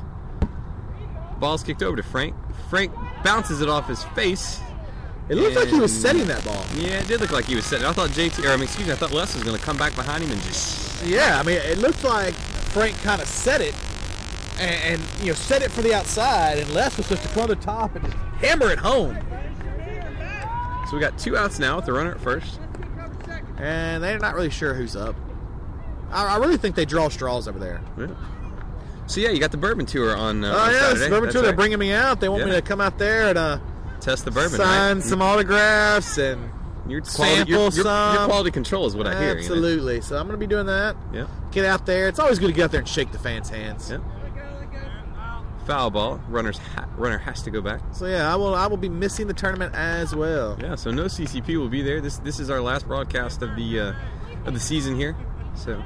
Speaker 1: Ball's kicked over to Frank. Frank bounces it off his face.
Speaker 2: It looked like he was
Speaker 1: And-
Speaker 2: setting that ball.
Speaker 1: Yeah, it did look like he was setting. I thought JT, or I mean, excuse me, I thought Les was going to come back behind him and just.
Speaker 2: Yeah, I mean, it looked like Frank kind of set it, and, and you know, set it for the outside, and Les was just to come to the top and just hammer it home.
Speaker 1: So we got two outs now with the runner at first.
Speaker 2: And they're not really sure who's up. I, I really think they draw straws over there.
Speaker 1: Yeah. So yeah, you got the bourbon tour on. Uh, on
Speaker 2: Oh, yeah,
Speaker 1: Saturday. That's
Speaker 2: They're
Speaker 1: right.
Speaker 2: bringing me out. They want me
Speaker 1: Yeah.
Speaker 2: to come out there and uh,
Speaker 1: test the bourbon.
Speaker 2: sign
Speaker 1: right? Mm-hmm.
Speaker 2: some autographs and
Speaker 1: your quality, your,
Speaker 2: sample
Speaker 1: your- your
Speaker 2: some.
Speaker 1: quality control is what I hear. you know?
Speaker 2: absolutely. So I'm going to be doing that. Get out there. It's always good to get out there and shake the fans' hands.
Speaker 1: Yeah. Yeah. Foul ball. Runner's ha- runner has to go back.
Speaker 2: So yeah, I will. I will be missing the tournament as well.
Speaker 1: Yeah, so no CCP will be there. This this is our last broadcast of the uh, of the season here. So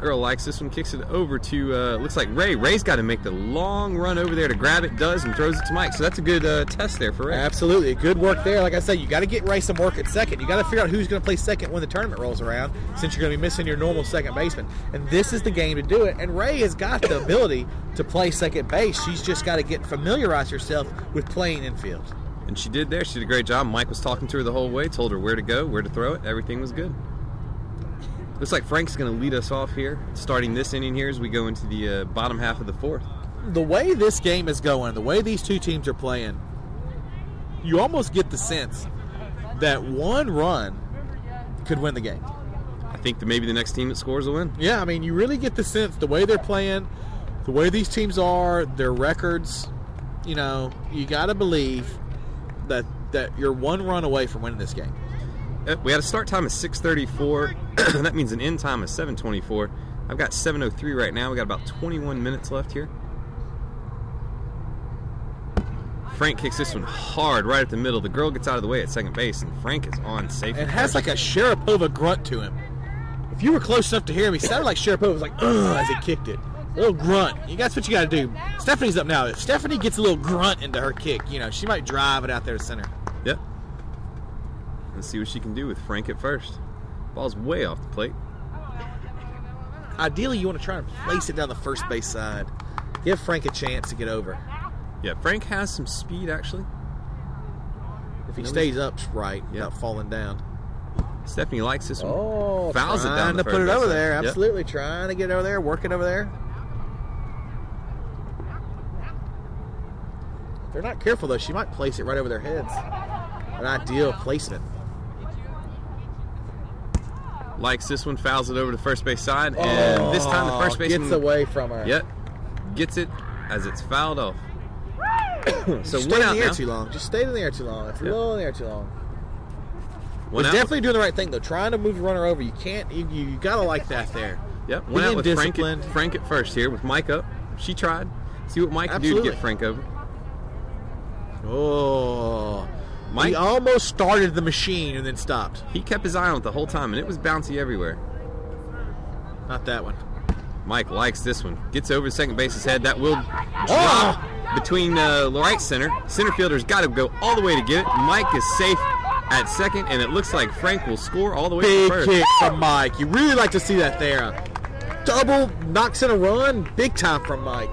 Speaker 1: girl likes this one, kicks it over to uh, looks like Ray. Ray's got to make the long run over there to grab it, does, and throws it to Mike. So that's a good uh, test there for Ray.
Speaker 2: Absolutely, good work there. Like I said, you got to get Ray some work at second. You got to figure out who's going to play second when the tournament rolls around, since you're going to be missing your normal second baseman. And this is the game to do it. And Ray has got the ability to play second base. She's just got to get familiarize herself with playing infield.
Speaker 1: And she did there. She did a great job. Mike was talking to her the whole way, told her where to go, where to throw it. Everything was good. Looks like Frank's going to lead us off here, starting this inning here as we go into the uh, bottom half of the fourth.
Speaker 2: The way this game is going, the way these two teams are playing, you almost get the sense that one run could win the game.
Speaker 1: I think that maybe the next team that scores will win.
Speaker 2: Yeah, I mean, you really get the sense the way they're playing, the way these teams are, their records. You know, you got to believe that that you're one run away from winning this game.
Speaker 1: Uh, We had a start time of 6:34. that means an end time of 7:24. I've got 7:03 right now. We got about 21 minutes left here. Frank kicks this one hard right at the middle. The girl gets out of the way at second base, and Frank is on safe.
Speaker 2: It has like a Sharapova grunt to him. If you were close enough to hear him, he sounded like Sharapova was like, ugh, as he kicked it. A little grunt. You That's what you got to do. Stephanie's up now. If Stephanie gets a little grunt into her kick, you know, she might drive it out there to center.
Speaker 1: Yep. Let's see what she can do with Frank at first. Ball's way off the plate.
Speaker 2: Ideally, you want to try and place it down the first base side. Give Frank a chance to get over.
Speaker 1: Yeah, Frank has some speed actually.
Speaker 2: If he
Speaker 1: No,
Speaker 2: stays up right,
Speaker 1: Yeah.
Speaker 2: not falling down.
Speaker 1: Stephanie likes this one.
Speaker 2: Oh,
Speaker 1: Fouls it
Speaker 2: trying
Speaker 1: down the
Speaker 2: to
Speaker 1: third
Speaker 2: put it
Speaker 1: base
Speaker 2: over
Speaker 1: line.
Speaker 2: there.
Speaker 1: Yep.
Speaker 2: Absolutely trying to get over there, working over there. If they're not careful though, she might place it right over their heads. An ideal placement.
Speaker 1: Likes this one, fouls it over to first base side, and this time the first
Speaker 2: Oh,
Speaker 1: baseman
Speaker 2: gets away from her.
Speaker 1: Yep, gets it as it's fouled off. so
Speaker 2: Just
Speaker 1: one
Speaker 2: stay in
Speaker 1: out
Speaker 2: the air
Speaker 1: now.
Speaker 2: too long. Just stay in the air too long. If you're
Speaker 1: Yeah.
Speaker 2: low in the air too long.
Speaker 1: One
Speaker 2: He's
Speaker 1: out.
Speaker 2: definitely doing the right thing though. Trying to move the runner over, you can't. You, you gotta like that there.
Speaker 1: Yep, one out
Speaker 2: Being
Speaker 1: with Frank at,
Speaker 2: disciplined.
Speaker 1: Frank at first here with Mike up. She tried. See what Mike can do to
Speaker 2: Absolutely.
Speaker 1: get Frank over.
Speaker 2: Oh,
Speaker 1: Mike-
Speaker 2: Mike he almost started the machine and then stopped.
Speaker 1: He kept his eye on it the whole time, and it was bouncy everywhere.
Speaker 2: Not that one.
Speaker 1: Mike likes this one. Gets over to second base's head. That will drop
Speaker 2: Oh!
Speaker 1: between uh, right center. Center fielder's got to go all the way to get it. Mike is safe at second, and it looks like Frank will score all the way to
Speaker 2: Big
Speaker 1: first.
Speaker 2: kick from Mike. You really like to see that there. Double knocks in a run, big time from Mike.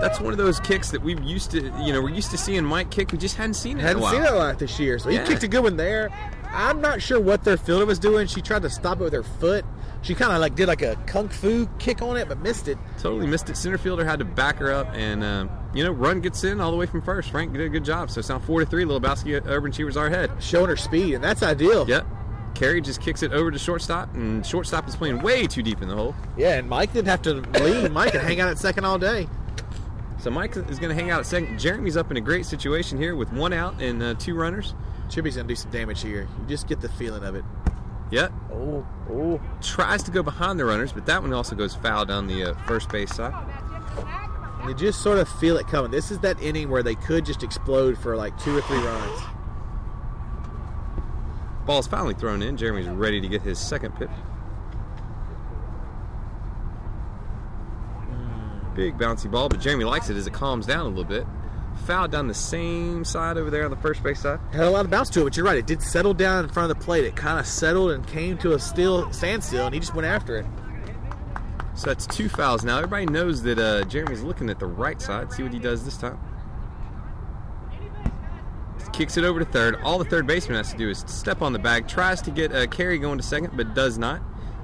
Speaker 1: That's one of those kicks that we've used to, you know, we're used to seeing Mike kick. We just hadn't seen it. in a
Speaker 2: Hadn't
Speaker 1: while.
Speaker 2: seen it a lot this year, so
Speaker 1: Yeah.
Speaker 2: he kicked a good one there. I'm not sure what their fielder was doing. She tried to stop it with her foot. She kind of like did like a kung fu kick on it, but missed it.
Speaker 1: Totally missed it. Center fielder had to back her up, and um, you know, run gets in all the way from first. Frank did a good job. So it's now four to three. Littlebowski Urban Cheevers are ahead.
Speaker 2: Showing her speed, and that's ideal.
Speaker 1: Yep. Carey just kicks it over to shortstop, and shortstop is playing way too deep in the hole.
Speaker 2: Yeah, and Mike didn't have to leave. Mike could hang out at second all day.
Speaker 1: So Mike is going to hang out at second. Jeremy's up in a great situation here with one out and uh, two runners.
Speaker 2: Chippy's gonna do some damage here. You just get the feeling of it.
Speaker 1: Yep.
Speaker 2: Oh, oh.
Speaker 1: Tries to go behind the runners, but that one also goes foul down the uh, first base side.
Speaker 2: You just sort of feel it coming. This is that inning where they could just explode for like two or three runs.
Speaker 1: Ball's finally thrown in. Jeremy's ready to get his second pitch. Big bouncy ball, but Jeremy likes it as it calms down a little bit. Foul down the same side over there on the first base side.
Speaker 2: Had a lot of bounce to it, but you're right. It did settle down in front of the plate. It kind of settled and came to a still standstill, and he just went after it.
Speaker 1: So that's two fouls now. Everybody knows that uh, Jeremy's looking at the right side. See what he does this time. Kicks it over to third. All the third baseman has to do is step on the bag. Tries to get uh, Carey going to second, but does not.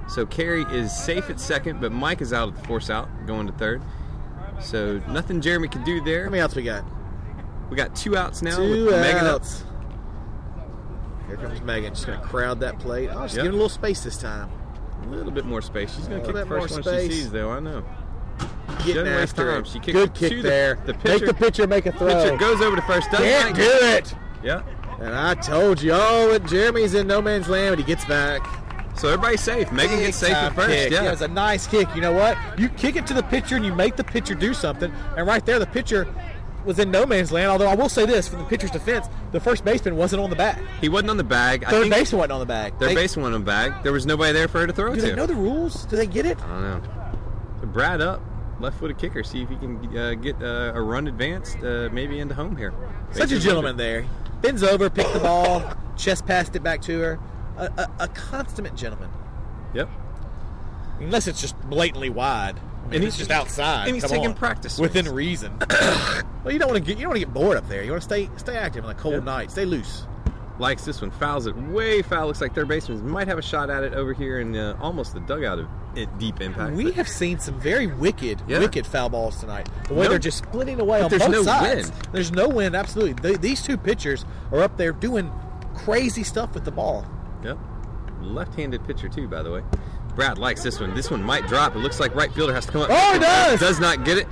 Speaker 1: So Carey is safe at second, but Mike is out of the force out, going to third. So nothing Jeremy can do
Speaker 2: How
Speaker 1: there.
Speaker 2: many outs we got?
Speaker 1: We got two outs now.
Speaker 2: Two
Speaker 1: with Megan up.
Speaker 2: outs. Here comes Megan. She's going to crowd that plate. Oh, she's
Speaker 1: Yep.
Speaker 2: giving a little space this time.
Speaker 1: A little bit more space. She's going
Speaker 2: A
Speaker 1: to kick the
Speaker 2: little bit
Speaker 1: first one
Speaker 2: more
Speaker 1: she
Speaker 2: space.
Speaker 1: sees, though. I know.
Speaker 2: Getting
Speaker 1: Doesn't waste
Speaker 2: after
Speaker 1: time.
Speaker 2: it.
Speaker 1: She kicks
Speaker 2: Good
Speaker 1: it
Speaker 2: kick
Speaker 1: to the-
Speaker 2: there.
Speaker 1: the
Speaker 2: Make
Speaker 1: pitcher.
Speaker 2: the pitcher make a throw.
Speaker 1: Pitcher goes over to first. Does
Speaker 2: Can't
Speaker 1: not
Speaker 2: do it.
Speaker 1: Yeah.
Speaker 2: And I told you, oh, and Jeremy's in no man's land, but he gets back.
Speaker 1: So everybody's safe. Megan
Speaker 2: Big
Speaker 1: gets safe
Speaker 2: time
Speaker 1: at first.
Speaker 2: kick.
Speaker 1: Yeah.
Speaker 2: it was a nice kick. You know what? You kick it to the pitcher and you make the pitcher do something. And right there, the pitcher was in no man's land. Although I will say this, from the pitcher's defense, the first baseman wasn't on the bag.
Speaker 1: He wasn't on the bag. I
Speaker 2: Third
Speaker 1: think
Speaker 2: baseman wasn't on the bag.
Speaker 1: their
Speaker 2: They-
Speaker 1: baseman on the bag. There was nobody there for her to throw to.
Speaker 2: Do they know the rules? Do they get it?
Speaker 1: I don't know. So Brad up, left-footed kicker. See if he can uh, get uh, a run advanced, uh, maybe into home here.
Speaker 2: Such a gentleman there. Bends over, picked the ball, chest passed it back to her. A, a, a consummate gentleman.
Speaker 1: Yep.
Speaker 2: Unless it's just blatantly wide. I
Speaker 1: And
Speaker 2: mean, it's
Speaker 1: he's-
Speaker 2: just outside.
Speaker 1: and he's
Speaker 2: Come
Speaker 1: taking
Speaker 2: on.
Speaker 1: practice swings.
Speaker 2: within reason. well, you don't want to get you don't want to get bored up there. You want to stay stay active on a cold
Speaker 1: Yep.
Speaker 2: night. Stay loose.
Speaker 1: Likes this one. Fouls it way foul. Looks like third baseman might have a shot at it over here in uh, almost the dugout of it, deep impact.
Speaker 2: We
Speaker 1: But
Speaker 2: have seen some very wicked,
Speaker 1: Yeah.
Speaker 2: wicked foul balls tonight. The way
Speaker 1: No-
Speaker 2: they're just splitting away on
Speaker 1: there's
Speaker 2: both
Speaker 1: no
Speaker 2: sides.
Speaker 1: wind.
Speaker 2: There's no wind. Absolutely, they, these two pitchers are up there doing crazy stuff with the ball.
Speaker 1: Yep. Left-handed pitcher too, by the way. Brad likes this one. This one might drop. It looks like right fielder has to come up.
Speaker 2: Oh, he does!
Speaker 1: Does not get it,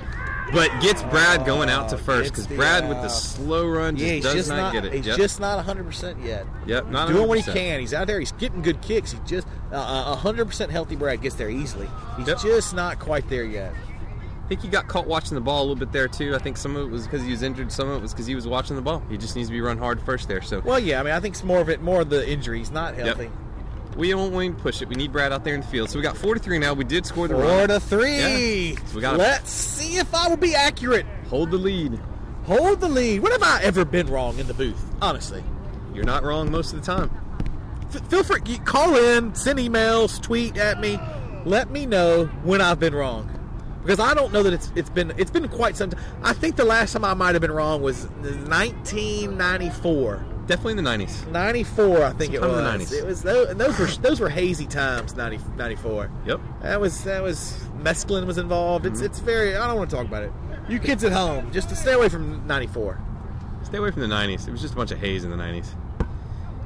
Speaker 1: but gets Brad going out to
Speaker 2: Oh,
Speaker 1: first
Speaker 2: gets
Speaker 1: because
Speaker 2: the
Speaker 1: Brad with the
Speaker 2: out.
Speaker 1: slow run just
Speaker 2: yeah, he's
Speaker 1: does
Speaker 2: just
Speaker 1: not,
Speaker 2: not.
Speaker 1: get it.
Speaker 2: He's
Speaker 1: Yep.
Speaker 2: just not 100 percent yet.
Speaker 1: Yep, not
Speaker 2: He's doing what he
Speaker 1: 100%.
Speaker 2: can. He's out there. He's getting good kicks. He just uh, uh, 100% healthy. Brad gets there easily. He's
Speaker 1: Yep.
Speaker 2: just not quite there yet.
Speaker 1: I think he got caught watching the ball a little bit there too. I think some of it was because he was injured, some of it was because he was watching the ball. He just needs to be run hard first there. So
Speaker 2: Well, yeah. I mean, I think it's more of it, more of the injury. He's not healthy.
Speaker 1: we don't want to push it. We need Brad out there in the field. So we got four to three now. We did score the
Speaker 2: Four
Speaker 1: run.
Speaker 2: to three.
Speaker 1: Yeah. So we gotta-
Speaker 2: Let's see if I will be accurate.
Speaker 1: Hold the lead.
Speaker 2: Hold the lead. When have I ever been wrong in the booth? Honestly.
Speaker 1: You're not wrong most of the time.
Speaker 2: F- feel free. You call in, send emails, tweet at me. Let me know when I've been wrong. Because I don't know that it's it's been it's been quite some time. I think the last time I might have been wrong was 1994.
Speaker 1: Definitely in the nineties.
Speaker 2: 94, I think it
Speaker 1: Sometime in
Speaker 2: was.
Speaker 1: the 90s.
Speaker 2: It was tho- and those were those were hazy times. 90, 94.
Speaker 1: Yep. Mm-hmm.
Speaker 2: That was that was mescaline was involved. It's it's very. I don't want to talk about it. You kids at home, just to stay away from 94.
Speaker 1: Stay away from the 90s. It was just a bunch of haze in the 90s.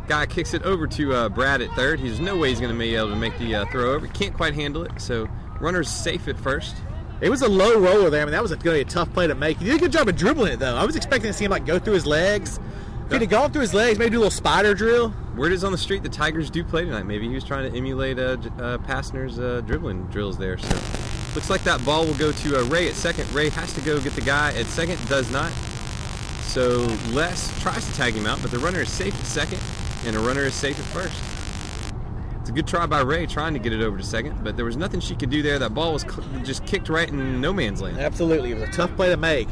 Speaker 1: Guy kicks it over to uh, Brad at third. He's no way he's going to be able to make the uh, throw over. Can't quite handle it, so runner's safe at first.
Speaker 2: It was a low roller there. I mean, that was going to be a tough play to make. He did a good job of dribbling it, though. I was expecting to see him like go through his legs. If he'd have gone through his legs, maybe do a little spider drill.
Speaker 1: Word is on the street the Tigers do play tonight. Maybe he was trying to emulate uh, J- uh, Passner's uh, dribbling drills there. So looks like that ball will go to uh, Ray at second. Ray has to go get the guy at second, does not. So Les tries to tag him out, but the runner is safe at second, and the runner is safe at first. It's a good try by Ray trying to get it over to second, but there was nothing she could do there. That ball was cl- just kicked right in no man's land.
Speaker 2: Absolutely, it was a tough play to make.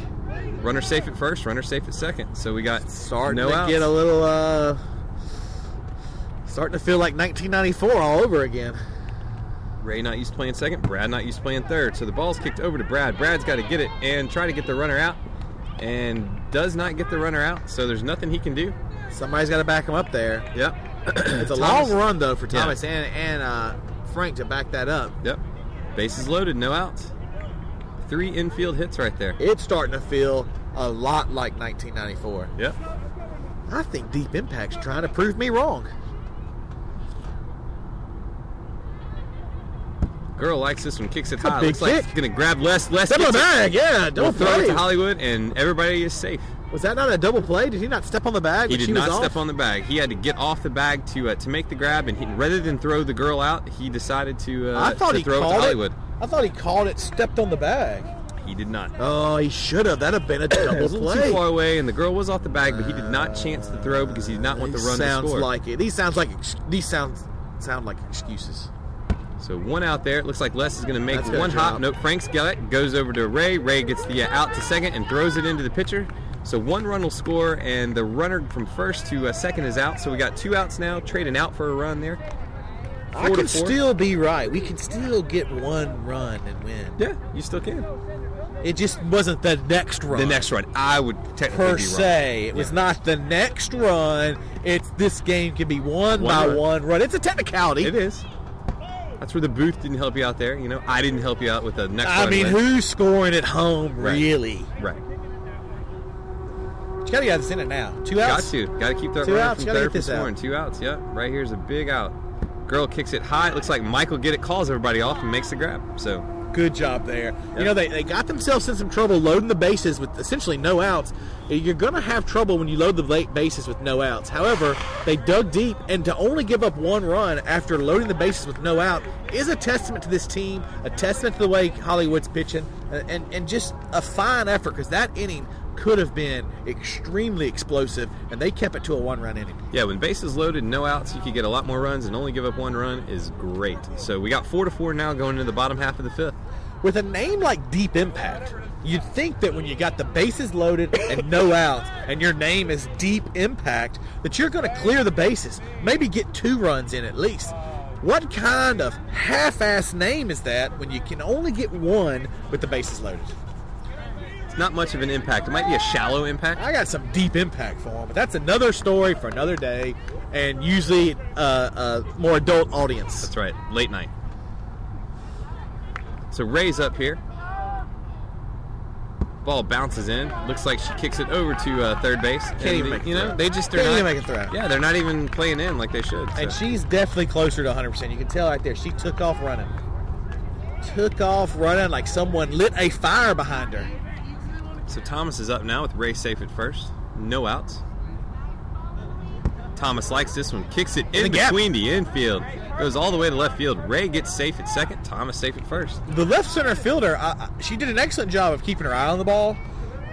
Speaker 1: Runner safe at first, runner safe at second. So we got
Speaker 2: Starting
Speaker 1: no
Speaker 2: to
Speaker 1: outs.
Speaker 2: get a little, uh, starting to feel like 1994 all over again.
Speaker 1: Ray not used to playing second, Brad not used to playing third. So the ball's kicked over to Brad. Brad's got to get it and try to get the runner out, and does not get the runner out. So there's nothing he can do.
Speaker 2: Somebody's got to back him up there.
Speaker 1: Yep.
Speaker 2: It's a
Speaker 1: Thomas-
Speaker 2: long run though for
Speaker 1: Yeah.
Speaker 2: Thomas and and uh, Frank to back that up.
Speaker 1: Yep. Bases loaded, no outs. Three infield hits right there.
Speaker 2: It's starting to feel a lot like 1994.
Speaker 1: Yep.
Speaker 2: I think Deep Impact's trying to prove me wrong.
Speaker 1: Girl likes this one. Kicks it
Speaker 2: a
Speaker 1: high.
Speaker 2: big
Speaker 1: Looks like
Speaker 2: kick.
Speaker 1: it's gonna grab Les. Les
Speaker 2: Double
Speaker 1: gets it.
Speaker 2: bag, yeah.
Speaker 1: We'll
Speaker 2: Double
Speaker 1: throw it
Speaker 2: play.
Speaker 1: to Hollywood, and everybody is safe.
Speaker 2: Was that not a double play? Did he not step on the bag?
Speaker 1: He
Speaker 2: when
Speaker 1: did
Speaker 2: she
Speaker 1: not
Speaker 2: was
Speaker 1: step
Speaker 2: off?
Speaker 1: on the bag. He had to get off the bag to uh, to make the grab, and he, rather than throw the girl out, he decided to uh,
Speaker 2: I thought
Speaker 1: to
Speaker 2: he
Speaker 1: throw it to
Speaker 2: called
Speaker 1: Hollywood.
Speaker 2: it. I thought he called it. Stepped on the bag.
Speaker 1: He did not.
Speaker 2: Oh, he should have. That'd have been a double
Speaker 1: was a little too far
Speaker 2: play.
Speaker 1: away, and the girl was off the bag, but he did not chance the throw because he did not want the
Speaker 2: These
Speaker 1: run to
Speaker 2: sounds
Speaker 1: score.
Speaker 2: like it. These sounds like ex- these sounds sound like excuses.
Speaker 1: so one out there. It looks like Les is going to make
Speaker 2: That's a good
Speaker 1: one hop.
Speaker 2: job.
Speaker 1: Nope. Frank's got it. Goes over to Ray. Ray gets the uh, out to second and throws it into the pitcher. So one run will score, and the runner from first to uh, second is out. So we got two outs now. Trade an out for a run there.
Speaker 2: I
Speaker 1: Four to
Speaker 2: can
Speaker 1: four.
Speaker 2: still be right. We can still get one run and win.
Speaker 1: Yeah, you still can.
Speaker 2: It just wasn't the next run.
Speaker 1: The next run, I would technically
Speaker 2: per
Speaker 1: be wrong.
Speaker 2: se. It was
Speaker 1: Yeah.
Speaker 2: not the next run. It's this game can be
Speaker 1: One
Speaker 2: won by
Speaker 1: run.
Speaker 2: one run. It's a technicality.
Speaker 1: It is. That's where the booth didn't help you out there. You know, I didn't help you out with the next.
Speaker 2: I
Speaker 1: run
Speaker 2: mean,
Speaker 1: win.
Speaker 2: who's scoring at home
Speaker 1: Right.
Speaker 2: really?
Speaker 1: Right.
Speaker 2: You gotta get this in it now. Two
Speaker 1: Got
Speaker 2: outs.
Speaker 1: to. Got to keep that
Speaker 2: Two
Speaker 1: runner
Speaker 2: outs,
Speaker 1: from
Speaker 2: gotta
Speaker 1: third
Speaker 2: get
Speaker 1: from
Speaker 2: this out.
Speaker 1: scoring. Two outs. Yep. Right here's a big out. Girl kicks it high. It looks like Michael get it, calls everybody off, and makes the grab. So
Speaker 2: Good job there.
Speaker 1: Yep.
Speaker 2: You know, they, they got themselves in some trouble loading the bases with essentially no outs. You're gonna have trouble when you load the late bases with no outs. However, they dug deep and to only give up one run after loading the bases with no out is a testament to this team, a testament to the way Hollywood's pitching, and and, and just a fine effort because that inning could have been extremely explosive, and they kept it to a one-run inning.
Speaker 1: yeah, when bases loaded, no outs, you could get a lot more runs, and only give up one run is great. So we got four to four now going into the bottom half of the fifth.
Speaker 2: With a name like Deep Impact, you'd think that when you got the bases loaded and no outs, and your name is Deep Impact, that you're going to clear the bases, maybe get two runs in at least. What kind of half-ass name is that when you can only get one with the bases loaded?
Speaker 1: It's not much of an impact. It might be a shallow impact.
Speaker 2: I got some deep impact for him, but that's another story for another day, and usually uh, a more adult audience.
Speaker 1: That's right. Late night. So Ray's up here. Ball bounces in. Looks like she kicks it over to uh, third base. Can't
Speaker 2: even make a
Speaker 1: you know
Speaker 2: throw.
Speaker 1: they just they're
Speaker 2: Can't
Speaker 1: not
Speaker 2: even make a throw.
Speaker 1: Yeah, they're not even playing in like they should.
Speaker 2: And
Speaker 1: so.
Speaker 2: she's definitely closer to 100%. You can tell right there. She took off running. Took off running like someone lit a fire behind her.
Speaker 1: So Thomas is up now with Ray safe at first. No outs. Thomas likes this one. Kicks it in
Speaker 2: The gap.
Speaker 1: between the infield. Goes all the way to left field. Ray gets safe at second. Thomas safe at first.
Speaker 2: The left center fielder, I, I- she did an excellent job of keeping her eye on the ball,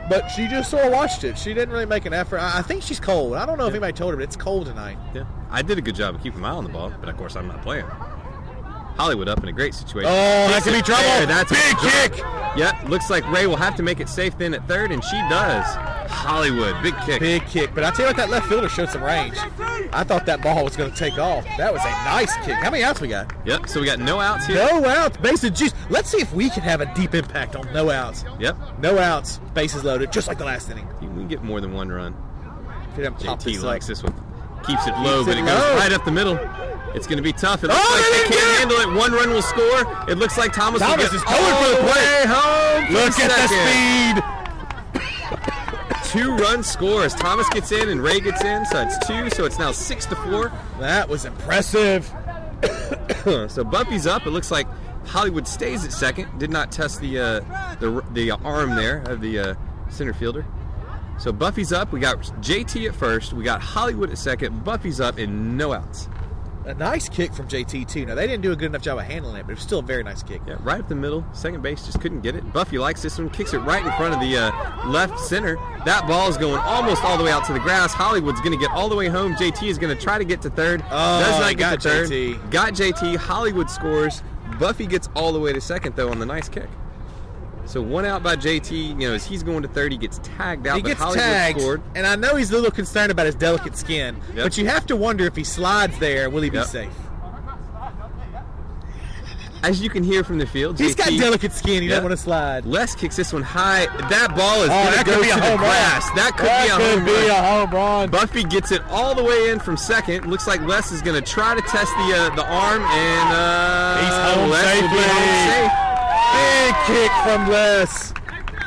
Speaker 2: but she just sort of watched it. She didn't really make an effort. I, I think she's cold. I don't know if anybody told her, but it's cold tonight.
Speaker 1: Yeah. I did a good job of keeping my eye on the ball, but of course I'm not playing. Hollywood up in a great situation.
Speaker 2: Oh, that
Speaker 1: Kicks
Speaker 2: could
Speaker 1: it
Speaker 2: be trouble.
Speaker 1: there. That's a
Speaker 2: Big
Speaker 1: good
Speaker 2: kick.
Speaker 1: job. Yep. Looks like Ray will have to make it safe then at third, and she does. Hollywood, big kick.
Speaker 2: Big kick. But I tell you what, that left fielder showed some range. I thought that ball was going to take off. That was a nice kick. How many outs we got?
Speaker 1: Yep. So we got no outs here.
Speaker 2: No outs. Bases juice. Let's see if we can have a deep impact on no outs.
Speaker 1: Yep.
Speaker 2: No outs, bases loaded, just like the last inning.
Speaker 1: You can get more than one run.
Speaker 2: If he doesn't pop
Speaker 1: JT
Speaker 2: this
Speaker 1: likes
Speaker 2: up.
Speaker 1: this one. Keeps it low,
Speaker 2: Keeps
Speaker 1: but
Speaker 2: it
Speaker 1: it goes
Speaker 2: low. Oh,
Speaker 1: right up the middle. It's going to be tough. It looks like they can't handle it. One run will score. It looks like Thomas, will
Speaker 2: Thomas
Speaker 1: get
Speaker 2: is
Speaker 1: all
Speaker 2: going for the
Speaker 1: way
Speaker 2: play.
Speaker 1: home. for
Speaker 2: Look at the
Speaker 1: second.
Speaker 2: speed.
Speaker 1: Two run scores. Thomas gets in and Ray gets in, so it's two. So it's now six to four.
Speaker 2: That was impressive.
Speaker 1: So Buffy's up. It looks like Hollywood stays at second. Did not test the uh, the the arm there of the uh, center fielder. So Buffy's up. We got JT at first. We got Hollywood at second. Buffy's up and no outs.
Speaker 2: A nice kick from JT too. Now they didn't do a good enough job of handling it, but it was still a very nice kick.
Speaker 1: Yeah, right up the middle. Second base just couldn't get it. Buffy likes this one. Kicks it right in front of the uh, left center. That ball's going almost all the way out to the grass. Hollywood's going to get all the way home. JT is going to try to get to third.
Speaker 2: Oh,
Speaker 1: Does not
Speaker 2: got
Speaker 1: get to third.
Speaker 2: JT.
Speaker 1: Got JT. Hollywood scores. Buffy gets all the way to second though on the nice kick. So one out by JT. You know, as he's going to third, he gets tagged out.
Speaker 2: He
Speaker 1: but
Speaker 2: gets
Speaker 1: Hollywood
Speaker 2: tagged,
Speaker 1: scored.
Speaker 2: and I know he's a little concerned about his delicate skin,
Speaker 1: Yep.
Speaker 2: but you have to wonder if he slides there, will he be
Speaker 1: Yep.
Speaker 2: safe?
Speaker 1: As you can hear from the field,
Speaker 2: He's got
Speaker 1: JT
Speaker 2: delicate skin. He
Speaker 1: Yeah.
Speaker 2: doesn't want to slide.
Speaker 1: Les kicks this one high. That ball is
Speaker 2: Oh,
Speaker 1: going
Speaker 2: that
Speaker 1: to go
Speaker 2: could be a
Speaker 1: to the
Speaker 2: home run.
Speaker 1: grass. That could be a home run.
Speaker 2: home run.
Speaker 1: Buffy gets it all the way in from second. Looks like Les is going to try to test the uh, the arm, and uh,
Speaker 2: He's home
Speaker 1: Les will be
Speaker 2: safely.
Speaker 1: home safe.
Speaker 2: Big kick from Les.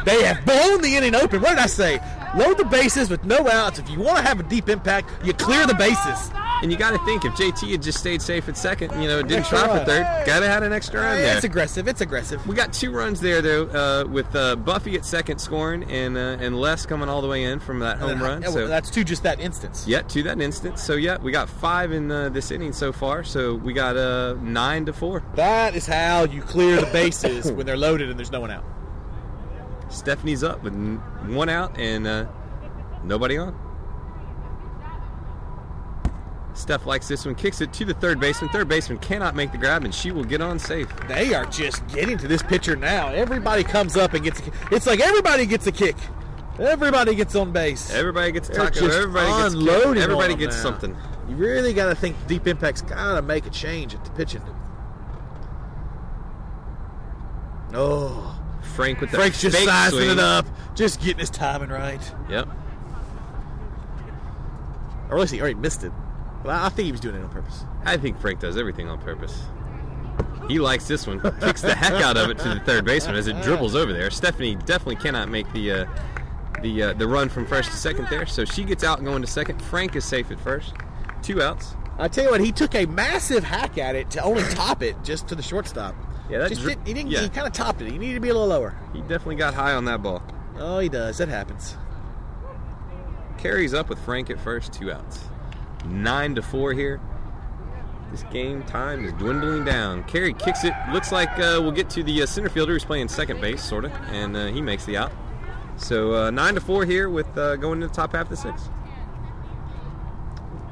Speaker 2: They have blown the inning open. What did I say? Load the bases with no outs. If you want to have a deep impact, you clear the bases.
Speaker 1: And you got to think if JT had just stayed safe at second, you know, didn't
Speaker 2: Extra
Speaker 1: try for
Speaker 2: run.
Speaker 1: third, gotta had an extra run
Speaker 2: Yeah,
Speaker 1: there.
Speaker 2: it's aggressive. It's aggressive.
Speaker 1: we got two runs there though, uh, with uh, Buffy at second scoring, and uh, and Les coming all the way in from that home run.
Speaker 2: Yeah, well,
Speaker 1: So
Speaker 2: That's two just that instance.
Speaker 1: yeah, to that instant. So yeah, we got five in uh, this inning so far. So we got uh, nine to four.
Speaker 2: That is how you clear the bases when they're loaded and there's no one out.
Speaker 1: Stephanie's up with n- one out and uh, nobody on. Steph likes this one, kicks it to the third baseman. Third baseman cannot make the grab, and she will get on safe.
Speaker 2: They are just getting to this pitcher now. Everybody comes up and gets a kick. It's like everybody gets a kick. Everybody gets on base.
Speaker 1: Everybody gets
Speaker 2: They're
Speaker 1: taco.
Speaker 2: just
Speaker 1: Everybody gets
Speaker 2: unloading
Speaker 1: kicked,
Speaker 2: on
Speaker 1: Everybody
Speaker 2: them
Speaker 1: gets
Speaker 2: now.
Speaker 1: something.
Speaker 2: You really got to think deep impact's got to make a change at the pitching. Oh,
Speaker 1: Frank with the
Speaker 2: Frank's just
Speaker 1: fake
Speaker 2: sizing
Speaker 1: swing.
Speaker 2: it up, just getting his timing right.
Speaker 1: Yep.
Speaker 2: Or at least he already missed it. But I I think he was doing it on purpose.
Speaker 1: I think Frank does everything on purpose. He likes this one. Kicks the heck out of it to the third baseman as it dribbles over there. Stephanie definitely cannot make the uh, the uh, the run from first to second there, so she gets out and going to second. Frank is safe at first. Two outs.
Speaker 2: I tell you what, he took a massive hack at it to only top it just to the shortstop.
Speaker 1: Yeah, that
Speaker 2: just
Speaker 1: dri-
Speaker 2: didn't, he didn't.
Speaker 1: yeah.
Speaker 2: He kind of topped it. He needed to be a little lower.
Speaker 1: He definitely got high on that ball.
Speaker 2: Oh, he does. That happens.
Speaker 1: Carries up with Frank at first. Two outs. Nine to four here. This game time is dwindling down. Carey kicks it. Looks like uh, we'll get to the uh, center fielder who's playing second base, sort of, and uh, he makes the out. So uh, nine to four here with uh, going to the top half of the sixth.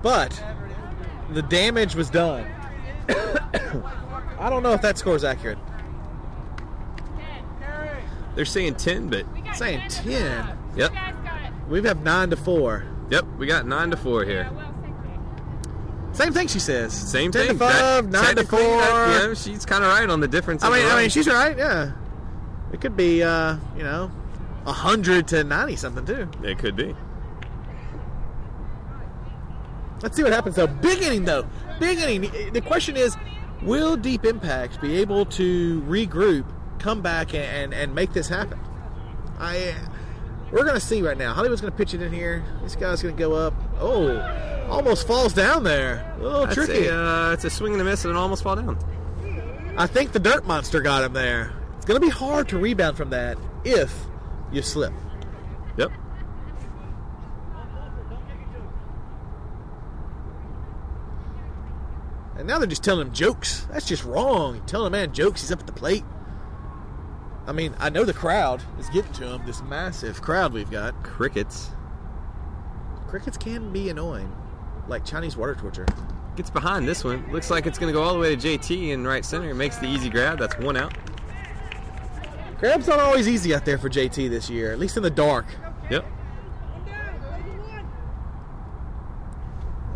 Speaker 2: But the damage was done. I don't know if that score is accurate.
Speaker 1: They're saying ten, but
Speaker 2: Saying ten,
Speaker 1: yep,
Speaker 2: we have nine to four.
Speaker 1: yep, we got nine to four here.
Speaker 2: Same thing she says.
Speaker 1: Same
Speaker 2: ten
Speaker 1: thing.
Speaker 2: to
Speaker 1: That-
Speaker 2: five, nine to four.
Speaker 1: technically, that- yeah, she's kind of right on the difference.
Speaker 2: I
Speaker 1: in
Speaker 2: mean,
Speaker 1: the
Speaker 2: I mean,
Speaker 1: runs.
Speaker 2: she's right. Yeah, it could be, uh, you know, a hundred to ninety something too.
Speaker 1: it could be.
Speaker 2: Let's see what happens though. Big inning though. Big inning. The question is, will Deep Impact be able to regroup, come back, and and, and make this happen? I. We're gonna see right now. Hollywood's gonna pitch it in here. This guy's gonna go up. Oh, almost falls down there. A little
Speaker 1: That's
Speaker 2: tricky.
Speaker 1: A, uh, it's a swing and a miss, and it almost fall down.
Speaker 2: I think the dirt monster got him there. It's gonna be hard to rebound from that if you slip.
Speaker 1: Yep.
Speaker 2: And now they're just telling him jokes. That's just wrong. Telling a man jokes, he's up at the plate. I mean, I know the crowd is getting to him, this massive crowd we've got.
Speaker 1: Crickets
Speaker 2: Crickets can be annoying, like Chinese water torture.
Speaker 1: gets behind this one. Looks like it's going to go all the way to JT in right center. Makes the easy grab. That's one out.
Speaker 2: Grab's not always easy out there for JT this year, at least in the dark.
Speaker 1: Yep.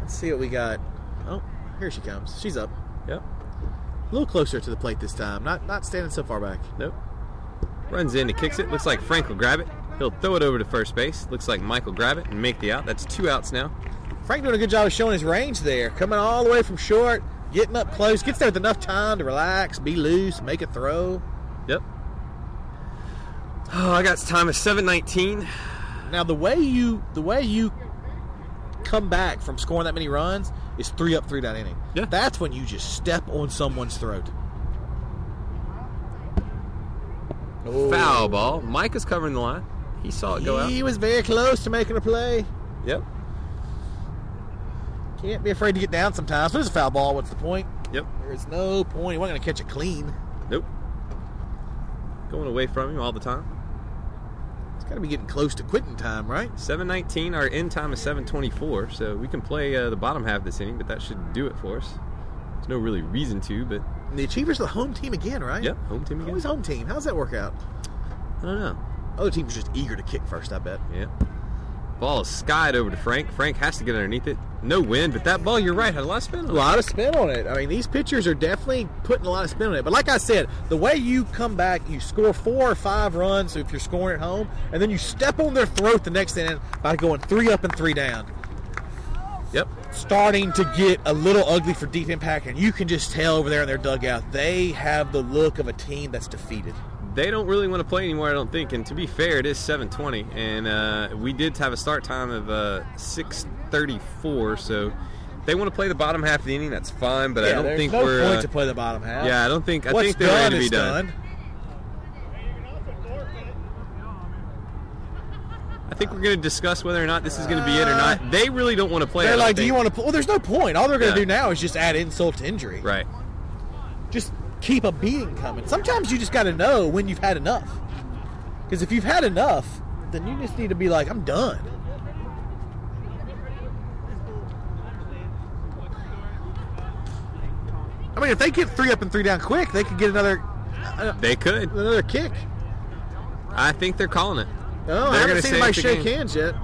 Speaker 2: Let's see what we got. Oh, here she comes. She's up.
Speaker 1: Yep.
Speaker 2: A little closer to the plate this time, not not standing so far back.
Speaker 1: Nope. Runs in and kicks it. Looks like Frank will grab it. He'll throw it over to first base. Looks like Mike will grab it and make the out. That's two outs now.
Speaker 2: Frank doing a good job of showing his range there, coming all the way from short, Getting up close, gets there with enough time to relax, be loose, make a throw.
Speaker 1: Yep. Oh, I got time of 719.
Speaker 2: Now the way you the way you come back from scoring that many runs is three up, three down inning.
Speaker 1: Yeah.
Speaker 2: That's when you just step on someone's throat. Oh.
Speaker 1: Foul ball. Mike is covering the line. He saw it go out.
Speaker 2: He was very close to making a play.
Speaker 1: Yep.
Speaker 2: Can't be afraid to get down sometimes. But it's a foul ball. What's the point?
Speaker 1: Yep.
Speaker 2: There is no point. We're not going to catch it clean.
Speaker 1: Nope. Going away from him all the time.
Speaker 2: It's got to be getting close to quitting time, right?
Speaker 1: 719. Our end time is 724, so we can play uh, the bottom half of this inning, but that should do it for us. There's no really reason to, but
Speaker 2: And the Achievers are the home team again, right?
Speaker 1: yep, home team again.
Speaker 2: Always home team. How's that work out?
Speaker 1: I don't know.
Speaker 2: Other team was just eager to kick first, I bet.
Speaker 1: Yeah. Ball is skied over to Frank. Frank has to get underneath it. No wind, but that ball, you're right, had a lot of spin on it.
Speaker 2: A lot of spin on it. I mean, these pitchers are definitely putting a lot of spin on it. But like I said, the way you come back, you score four or five runs if you're scoring at home, and then you step on their throat the next inning by going three up and three down.
Speaker 1: Yep.
Speaker 2: starting to get a little ugly for deep impact, and you can just tell over there in their dugout they have the look of a team that's defeated.
Speaker 1: They don't really want to play anymore, I don't think. And to be fair, it is 7:20, and uh, we did have a start time of uh, 6:34. So they want to play the bottom half of the inning. That's fine, but I don't
Speaker 2: there's
Speaker 1: think
Speaker 2: no
Speaker 1: we're.
Speaker 2: point
Speaker 1: uh,
Speaker 2: to play the bottom half.
Speaker 1: yeah, I don't think. I
Speaker 2: What's
Speaker 1: think they're
Speaker 2: done
Speaker 1: ready to
Speaker 2: is
Speaker 1: be done.
Speaker 2: done.
Speaker 1: I think we're going to discuss whether or not this is going to be it or not. They really don't want to play. I
Speaker 2: They're
Speaker 1: don't
Speaker 2: like, do
Speaker 1: think."
Speaker 2: you want to? Pl-? Well, there's no point. All they're going
Speaker 1: Yeah.
Speaker 2: to do now is just add insult to injury.
Speaker 1: Right.
Speaker 2: Just keep a beating coming. Sometimes you just got to know when you've had enough. Because if you've had enough, then you just need to be like, I'm done. I mean, if they get three up and three down quick, they could get another uh,
Speaker 1: They could.
Speaker 2: another kick.
Speaker 1: I think they're calling it.
Speaker 2: Oh,
Speaker 1: They're
Speaker 2: I
Speaker 1: gonna
Speaker 2: haven't seen
Speaker 1: save
Speaker 2: anybody
Speaker 1: the
Speaker 2: shake
Speaker 1: game.
Speaker 2: hands yet.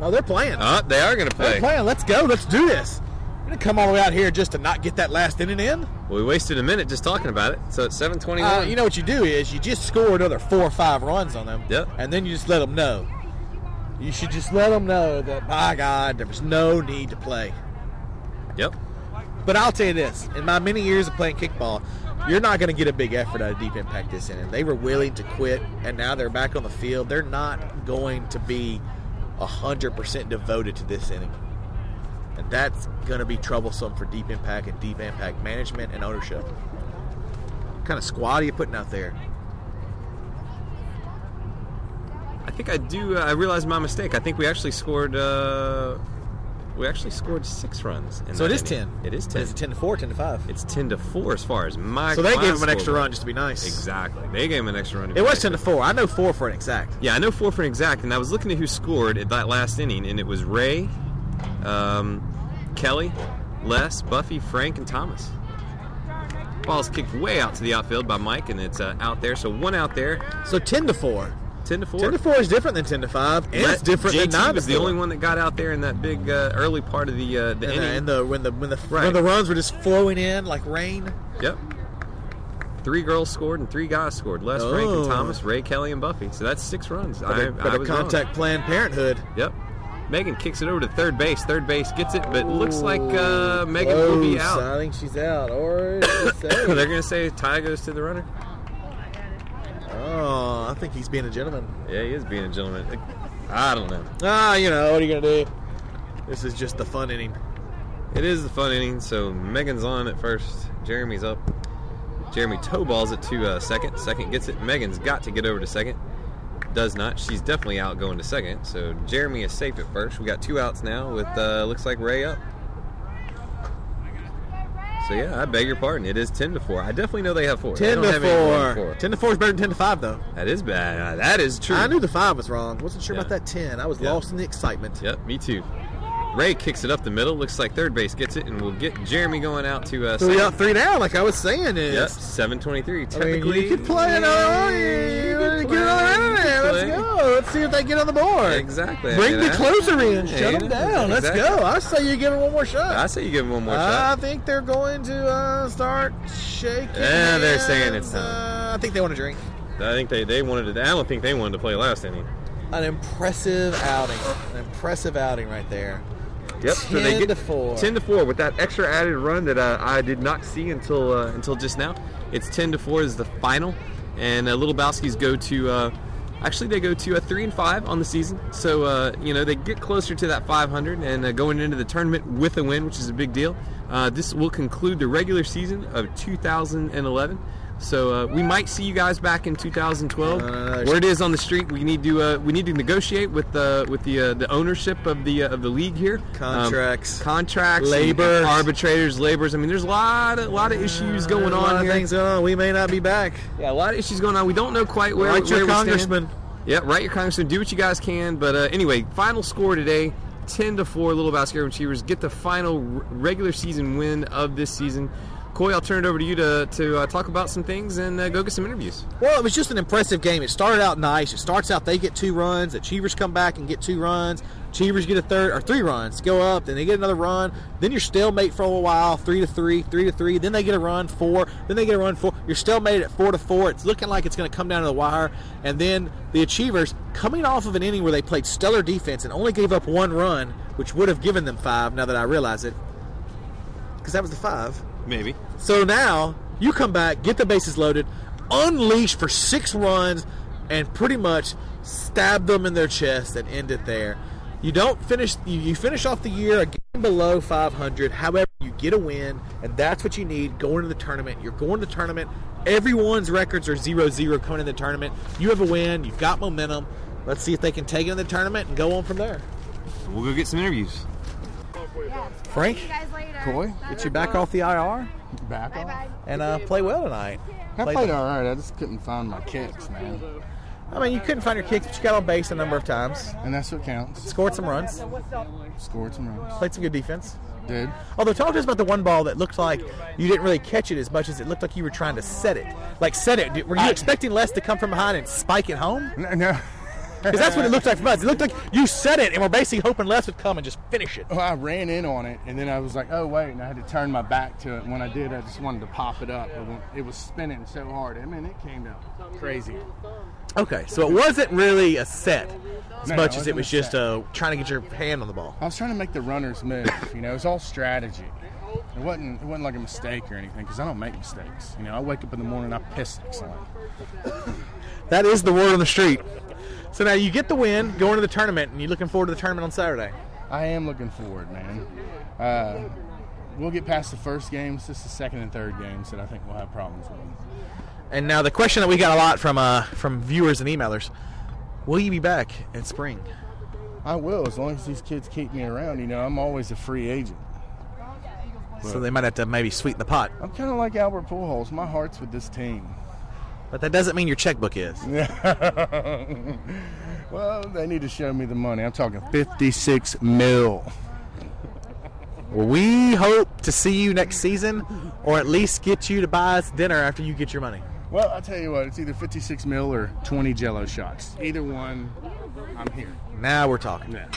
Speaker 2: No, they're playing.
Speaker 1: Oh, they are going to
Speaker 2: they're
Speaker 1: play.
Speaker 2: playing. Let's go. Let's do this. We didn't come all the way out here just to not get that last inning in.
Speaker 1: Well, we wasted a minute just talking about it. So it's 7:21.
Speaker 2: Uh, you know what you do is you just score another four or five runs on them,
Speaker 1: Yep.
Speaker 2: and then you just let them know. You should just let them know that, by God, there was no need to play.
Speaker 1: Yep.
Speaker 2: But I'll tell you this: in my many years of playing kickball, you're not going to get a big effort out of Deep Impact this inning. They were willing to quit, and now they're back on the field. They're not going to be hundred percent devoted to this inning, and that's going to be troublesome for Deep Impact and Deep Impact management and ownership. What kind of squad are you putting out there?
Speaker 1: I think I do. Uh, I realized my mistake. I think we actually scored. Uh, we actually scored six runs. in
Speaker 2: So it
Speaker 1: that
Speaker 2: is
Speaker 1: inning.
Speaker 2: ten.
Speaker 1: It is ten.
Speaker 2: Is it ten to four, ten to five?
Speaker 1: It's ten to four as far as my.
Speaker 2: So they
Speaker 1: my
Speaker 2: gave him an
Speaker 1: scoreboard.
Speaker 2: extra run just to be nice.
Speaker 1: Exactly. They gave him an extra run. to
Speaker 2: It
Speaker 1: be
Speaker 2: was
Speaker 1: nice.
Speaker 2: ten to four. I know four for an exact.
Speaker 1: Yeah, I know four for an exact, and I was looking at who scored at that last inning, and it was Ray, um, Kelly, Les, Buffy, Frank, and Thomas. Ball's kicked way out to the outfield by Mike, and it's uh, out there. So one out there,
Speaker 2: So ten to four.
Speaker 1: ten to four.
Speaker 2: Ten to four is different than ten to five, and
Speaker 1: Let-
Speaker 2: it's different
Speaker 1: JT
Speaker 2: than nine
Speaker 1: was
Speaker 2: to
Speaker 1: the
Speaker 2: four.
Speaker 1: only one that got out there in that big uh, early part of the uh, the
Speaker 2: And, uh,
Speaker 1: inning.
Speaker 2: and the when the when the
Speaker 1: Right.
Speaker 2: when the runs were just flowing in like rain.
Speaker 1: Yep. Three girls scored and three guys scored. Les, Frank, and
Speaker 2: Oh.
Speaker 1: Thomas, Ray, Kelly, and Buffy. So that's six runs.
Speaker 2: But,
Speaker 1: I,
Speaker 2: a,
Speaker 1: I
Speaker 2: but a
Speaker 1: was wrong.
Speaker 2: contact Planned Parenthood.
Speaker 1: Yep. Megan kicks it over to third base. Third base gets it, but looks like uh, Megan will be
Speaker 2: Close.
Speaker 1: out.
Speaker 2: I think Oh, she's out. Or it's
Speaker 1: They're
Speaker 2: safe.
Speaker 1: going to say tie goes to the runner.
Speaker 2: oh, I think he's being a gentleman.
Speaker 1: Yeah, he is being a gentleman. I don't know.
Speaker 2: Ah, you know what are you gonna do? This is just the fun inning.
Speaker 1: It is the fun inning, so Megan's on at first. Jeremy's up. Jeremy toe balls it to uh, second. Second gets it. Megan's got to get over to second. Does not. She's definitely out going to second. So Jeremy is safe at first. We got two outs now with uh, looks like Ray up. So yeah, I beg your pardon. It is ten to four. I definitely know they have four. They
Speaker 2: Ten
Speaker 1: don't
Speaker 2: to
Speaker 1: have any more than
Speaker 2: four. Ten to four is better than ten to five, though.
Speaker 1: That is bad. Uh, That is true.
Speaker 2: I knew the five was wrong. Wasn't sure about
Speaker 1: Yeah.
Speaker 2: that ten. I was
Speaker 1: Yeah.
Speaker 2: lost in the excitement.
Speaker 1: Yep, me too. Ray kicks it up the middle. Looks like third base gets it, and we'll get Jeremy going out to uh,
Speaker 2: Three
Speaker 1: second.
Speaker 2: up, three down. Like I was saying, is
Speaker 1: Yep, 723.
Speaker 2: I mean,
Speaker 1: Technically,
Speaker 2: you could play another
Speaker 1: you
Speaker 2: one.
Speaker 1: could
Speaker 2: Get another
Speaker 1: play,
Speaker 2: in there.
Speaker 1: you could
Speaker 2: Let's
Speaker 1: play.
Speaker 2: go. Let's see if they get on the board.
Speaker 1: Exactly. I
Speaker 2: Bring
Speaker 1: mean,
Speaker 2: the
Speaker 1: I-
Speaker 2: closer in.
Speaker 1: Yeah,
Speaker 2: Shut
Speaker 1: yeah,
Speaker 2: them down. Let's
Speaker 1: exactly.
Speaker 2: go. I say you give them one more
Speaker 1: I
Speaker 2: shot.
Speaker 1: say you give him one more
Speaker 2: I
Speaker 1: shot.
Speaker 2: think they're going to uh, start shaking.
Speaker 1: Yeah, they're saying
Speaker 2: hands.
Speaker 1: it's time.
Speaker 2: Uh, I think they want to drink.
Speaker 1: I think they, they wanted to. I don't think they wanted to play last inning.
Speaker 2: An impressive outing. An impressive outing right there.
Speaker 1: Yep. so they
Speaker 2: 10
Speaker 1: get
Speaker 2: to four.
Speaker 1: Ten to four with that extra added run that uh, I did not see until uh, until just now. It's ten to four is the final, and uh, Little Bowski's go to. Uh, actually, they go to a three and five on the season. So uh, you know they get closer to that 500 and uh, going into the tournament with a win, which is a big deal. Uh, this will conclude the regular season of 2011. So uh, we might see you guys back in 2012.
Speaker 2: No, no, no,
Speaker 1: Word is on the street. We need to uh, we need to negotiate with the with the uh, the ownership of the uh, of the league here. Um,
Speaker 2: Contracts.
Speaker 1: contracts,
Speaker 2: Labor.
Speaker 1: arbitrators, labors. I mean, there's a lot, a lot of issues going
Speaker 2: a lot
Speaker 1: on
Speaker 2: of
Speaker 1: here.
Speaker 2: things going on. We may not be back.
Speaker 1: Yeah, a lot of issues going on. We don't know quite where.
Speaker 2: Write your
Speaker 1: where we stand.
Speaker 2: congressman.
Speaker 1: Yeah, write your congressman. Do what you guys can. But uh, anyway, final score today: ten to four. Little Basket Retrievers get the final r- regular season win of this season. Coy, I'll turn it over to you to to uh, talk about some things and uh, go get some interviews.
Speaker 2: Well, it was just an impressive game. It started out nice. It starts out they get two runs. The Cheevers come back and get two runs. Cheevers get a third or three runs. Go up, then they get another run. Then you're stalemate for a while, three to three, three to three. Then they get a run four. Then they get a run four. You're stalemate at four to four. It's looking like it's going to come down to the wire. And then the Achievers coming off of an inning where they played stellar defense and only gave up one run, which would have given them five. Now that I realize it, because that was the five.
Speaker 1: Maybe.
Speaker 2: So now you come back, get the bases loaded, unleash for six runs, and pretty much stab them in their chest and end it there. You don't finish. You, you finish off the year a game below 500. However, you get a win, and that's what you need going to the tournament. You're going to the tournament. Everyone's records are 0-0 coming in the tournament. You have a win. You've got momentum. Let's see if they can take it in the tournament and go on from there.
Speaker 1: We'll go get some interviews.
Speaker 2: Frank,
Speaker 3: See you guys later.
Speaker 4: Coy,
Speaker 2: get you back off the IR
Speaker 4: back
Speaker 3: Bye
Speaker 4: off.
Speaker 3: bye.
Speaker 2: and uh, play well tonight.
Speaker 4: I
Speaker 2: Play-
Speaker 4: played all right. I just couldn't find my kicks, man,
Speaker 2: I mean, you couldn't find your kicks, but you got on base a number of times.
Speaker 4: and that's what counts.
Speaker 2: Scored some runs.
Speaker 4: Scored some runs.
Speaker 2: Played some good defense.
Speaker 4: Did
Speaker 2: Although, talk to us about the one ball that looked like you didn't really catch it as much as it looked like you were trying to set it. Like, set it. Were you expecting Les to come from behind and spike it home?
Speaker 4: no. no.
Speaker 2: Because that's what it looked like from us. It looked like you set it, and we're basically hoping Les would come and just finish it.
Speaker 4: Well, I ran in on it, and then I was like, "Oh wait!" And I had to turn my back to it. And when I did, I just wanted to pop it up. But when- It was spinning so hard. I mean, it came out crazy.
Speaker 2: Okay, so it wasn't really a set as
Speaker 4: No,
Speaker 2: much
Speaker 4: it
Speaker 2: as it was
Speaker 4: wasn't a
Speaker 2: just uh, trying to get your hand on the ball.
Speaker 4: I was trying to make the runners move. You know, it was all strategy. It wasn't. It wasn't like a mistake or anything because I don't make mistakes. You know, I wake up in the morning, I piss excellent.
Speaker 2: That is the word on the street. So now you get the win, going to the tournament, and you're looking forward to the tournament on Saturday.
Speaker 4: I am looking forward, man. Uh, we'll get past the first games. Just the second and third games that I think we'll have problems with.
Speaker 2: And now the question that we got a lot from uh, from viewers and emailers: Will you be back in spring?
Speaker 4: I will, as long as these kids keep me around. You know, I'm always a free agent.
Speaker 2: So they might have to maybe sweeten the pot,
Speaker 4: I'm kind of like Albert Pujols. My heart's with this team.
Speaker 2: but that doesn't mean your checkbook is.
Speaker 4: well, they need to show me the money. I'm talking 56 mil.
Speaker 2: We hope to see you next season, or at least get you to buy us dinner after you get your money.
Speaker 4: Well, I'll tell you what, it's either 56 mil or 20 jello shots. Either one, I'm here.
Speaker 2: Now we're talking.
Speaker 4: Yeah.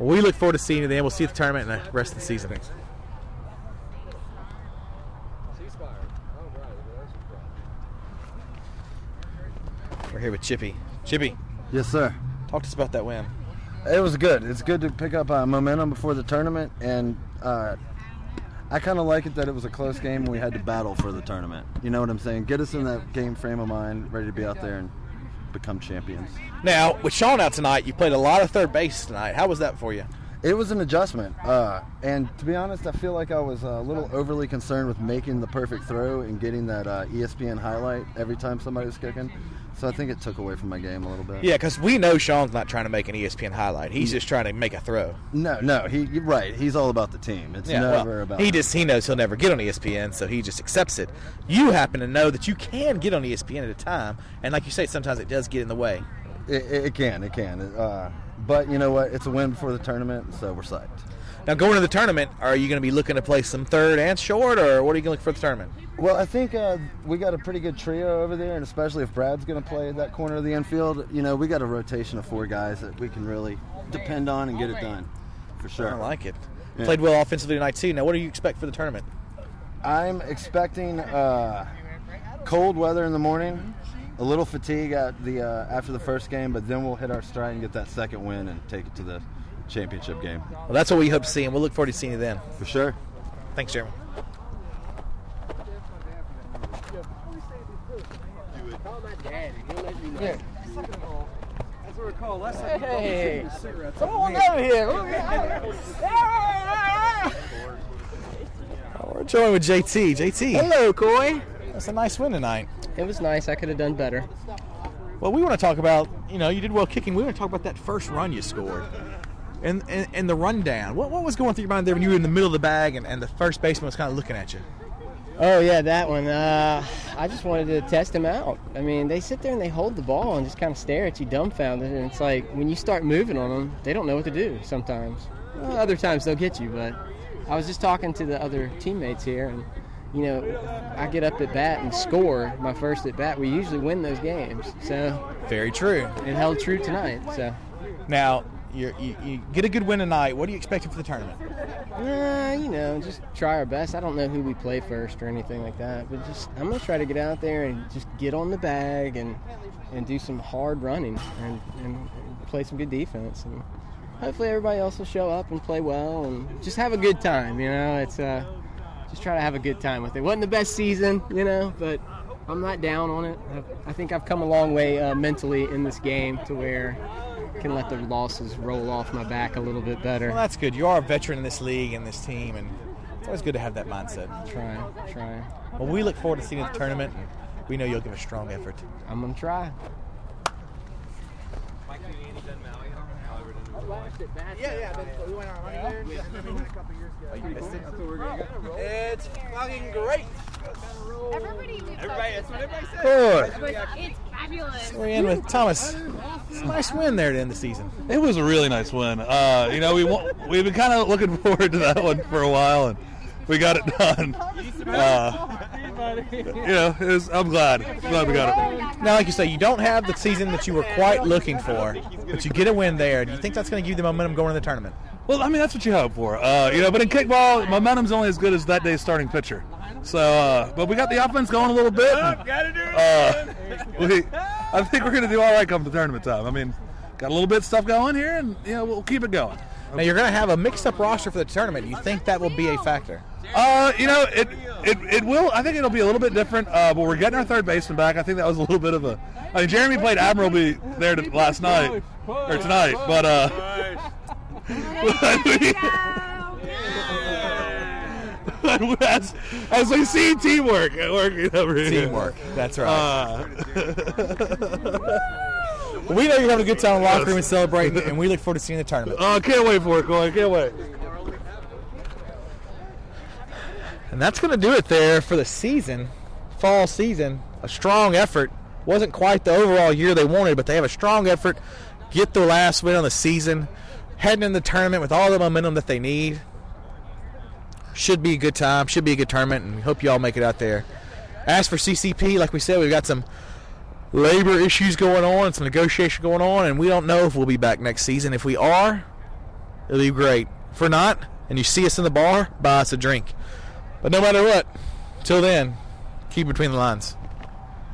Speaker 2: We look forward to seeing you then. We'll see you at the tournament and the rest of the season. We're here with Chippy. Chippy,
Speaker 5: Yes, sir.
Speaker 2: talk to us about that win.
Speaker 5: It was good. It's good to pick up uh, momentum before the tournament, and uh, I kind of like it that it was a close game. and We had to battle for the tournament. You know what I'm saying? Get us in that game frame of mind, ready to be out there and become champions.
Speaker 2: Now, with Sean out tonight, you played a lot of third base tonight. How was that for you?
Speaker 5: It was an adjustment, uh, and to be honest, I feel like I was a little overly concerned with making the perfect throw and getting that uh, ESPN highlight every time somebody was kicking. So I think it took away from my game a little bit.
Speaker 2: Yeah, because we know Sean's not trying to make an E ESPN highlight. He's just trying to make a throw.
Speaker 5: No, no, he you're right. He's all about the team. It's
Speaker 2: Yeah,
Speaker 5: never
Speaker 2: well,
Speaker 5: about
Speaker 2: he just he knows he'll never get on E ESPN, so he just accepts it. You happen to know that you can get on E ESPN at a time, and like you say, sometimes it does get in the way.
Speaker 5: It, it, it can, it can. It, uh, but you know what? It's a win before the tournament, so we're psyched.
Speaker 2: Now, going to the tournament, are you going to be looking to play some third and short, or what are you going to look for the tournament?
Speaker 5: Well, I think uh, we got a pretty good trio over there, and especially if Brad's going to play that corner of the infield, you know, we got a rotation of four guys that we can really depend on and get it done, for sure.
Speaker 2: I like it.
Speaker 5: Yeah.
Speaker 2: Played well offensively tonight too. Now, what do you expect for the tournament?
Speaker 5: I'm expecting uh, cold weather in the morning, a little fatigue at the uh, after the first game, but then we'll hit our stride and get that second win and take it to the championship game
Speaker 2: Well, that's what we hope to see, and we'll look forward to seeing you then.
Speaker 5: for sure.
Speaker 2: Thanks, Jeremy.
Speaker 3: Hey, someone over here.
Speaker 2: We're joined with JT. JT,
Speaker 3: Hello, Coy.
Speaker 2: that's a nice win tonight.
Speaker 3: It was nice. I could have done better.
Speaker 2: Well, we want to talk about, you know, you did well kicking. We want to talk about that first run you scored. And, and, and the rundown. What, what was going through your mind there when you were in the middle of the bag and, and the first baseman was kind of looking at you?
Speaker 3: Oh yeah, that one. Uh, I just wanted to test him out. I mean, they sit there and they hold the ball and just kind of stare at you, dumbfounded. And it's like when you start moving on them, they don't know what to do sometimes. Well, other times they'll get you. But I was just talking to the other teammates here, and you know, I get up at bat and score my first at bat. We usually win those games, so
Speaker 2: Very true.
Speaker 3: it held true tonight. So.
Speaker 2: Now, you're, you, you get a good win tonight. What are you expecting for the tournament?
Speaker 3: Nah, you know, just try our best. I don't know who we play first or anything like that, but just I'm gonna try to get out there and just get on the bag and and do some hard running and, and play some good defense and hopefully everybody else will show up and play well and just have a good time. You know, it's uh, just try to have a good time with it. wasn't the best season, you know, but I'm not down on it. I, I think I've come a long way uh, mentally in this game to where. I Can let the losses roll off my back a little bit better.
Speaker 2: Well, that's good. You are a veteran in this league and this team, and it's always good to have that mindset.
Speaker 3: Try, try.
Speaker 2: Well, we look forward to seeing you at the tournament. and We know you'll give a strong effort.
Speaker 3: I'm gonna try.
Speaker 6: Everybody leaves. Everybody, that's what everybody says. It's fabulous.
Speaker 2: We're in with Thomas. It's a nice win there to end the season.
Speaker 7: It was a really nice win. Uh, you know, we wa- we've been kind of looking forward to that one for a while, and we got it done. Uh, you know, it was, I'm glad. I'm glad we got it.
Speaker 2: Now, like you say, you don't have the season that you were quite looking for, but you get a win there. Do you think that's going to give you the momentum going into the tournament?
Speaker 7: Well, I mean, that's what you hope for. Uh, you know, but in kickball, momentum's only as good as that day's starting pitcher. So, uh, but we got the offense going a little bit. and, uh, we, I think we're going to do all right come the tournament time. I mean, got a little bit of stuff going here, and you know, we'll keep it going.
Speaker 2: Now, you're going to have a mixed-up roster for the tournament. Do you think that will be a factor?
Speaker 7: Uh, you know, it, it it will. I think it'll be a little bit different. Uh, but we're getting our third baseman back. I think that was a little bit of a. I mean, Jeremy played admirably there t- last night or tonight, but uh, as, as we see teamwork working over here.
Speaker 2: Teamwork. That's right.
Speaker 7: Uh,
Speaker 2: we know you're having a good time in the locker room and celebrating, and we look forward to seeing the tournament.
Speaker 7: oh, can't wait for it, Corey. Can't wait.
Speaker 2: And that's going to do it there for the season, fall season. A strong effort. Wasn't quite the overall year they wanted, but they have a strong effort. Get the last win on the season. Heading in the tournament with all the momentum that they need. Should be a good time. Should be a good tournament, and we hope you all make it out there. As for CCP, like we said, we've got some labor issues going on, some negotiation going on, and we don't know if we'll be back next season. If we are, it'll be great. If we're not, and you see us in the bar, buy us a drink. But no matter what, till then, keep between the lines.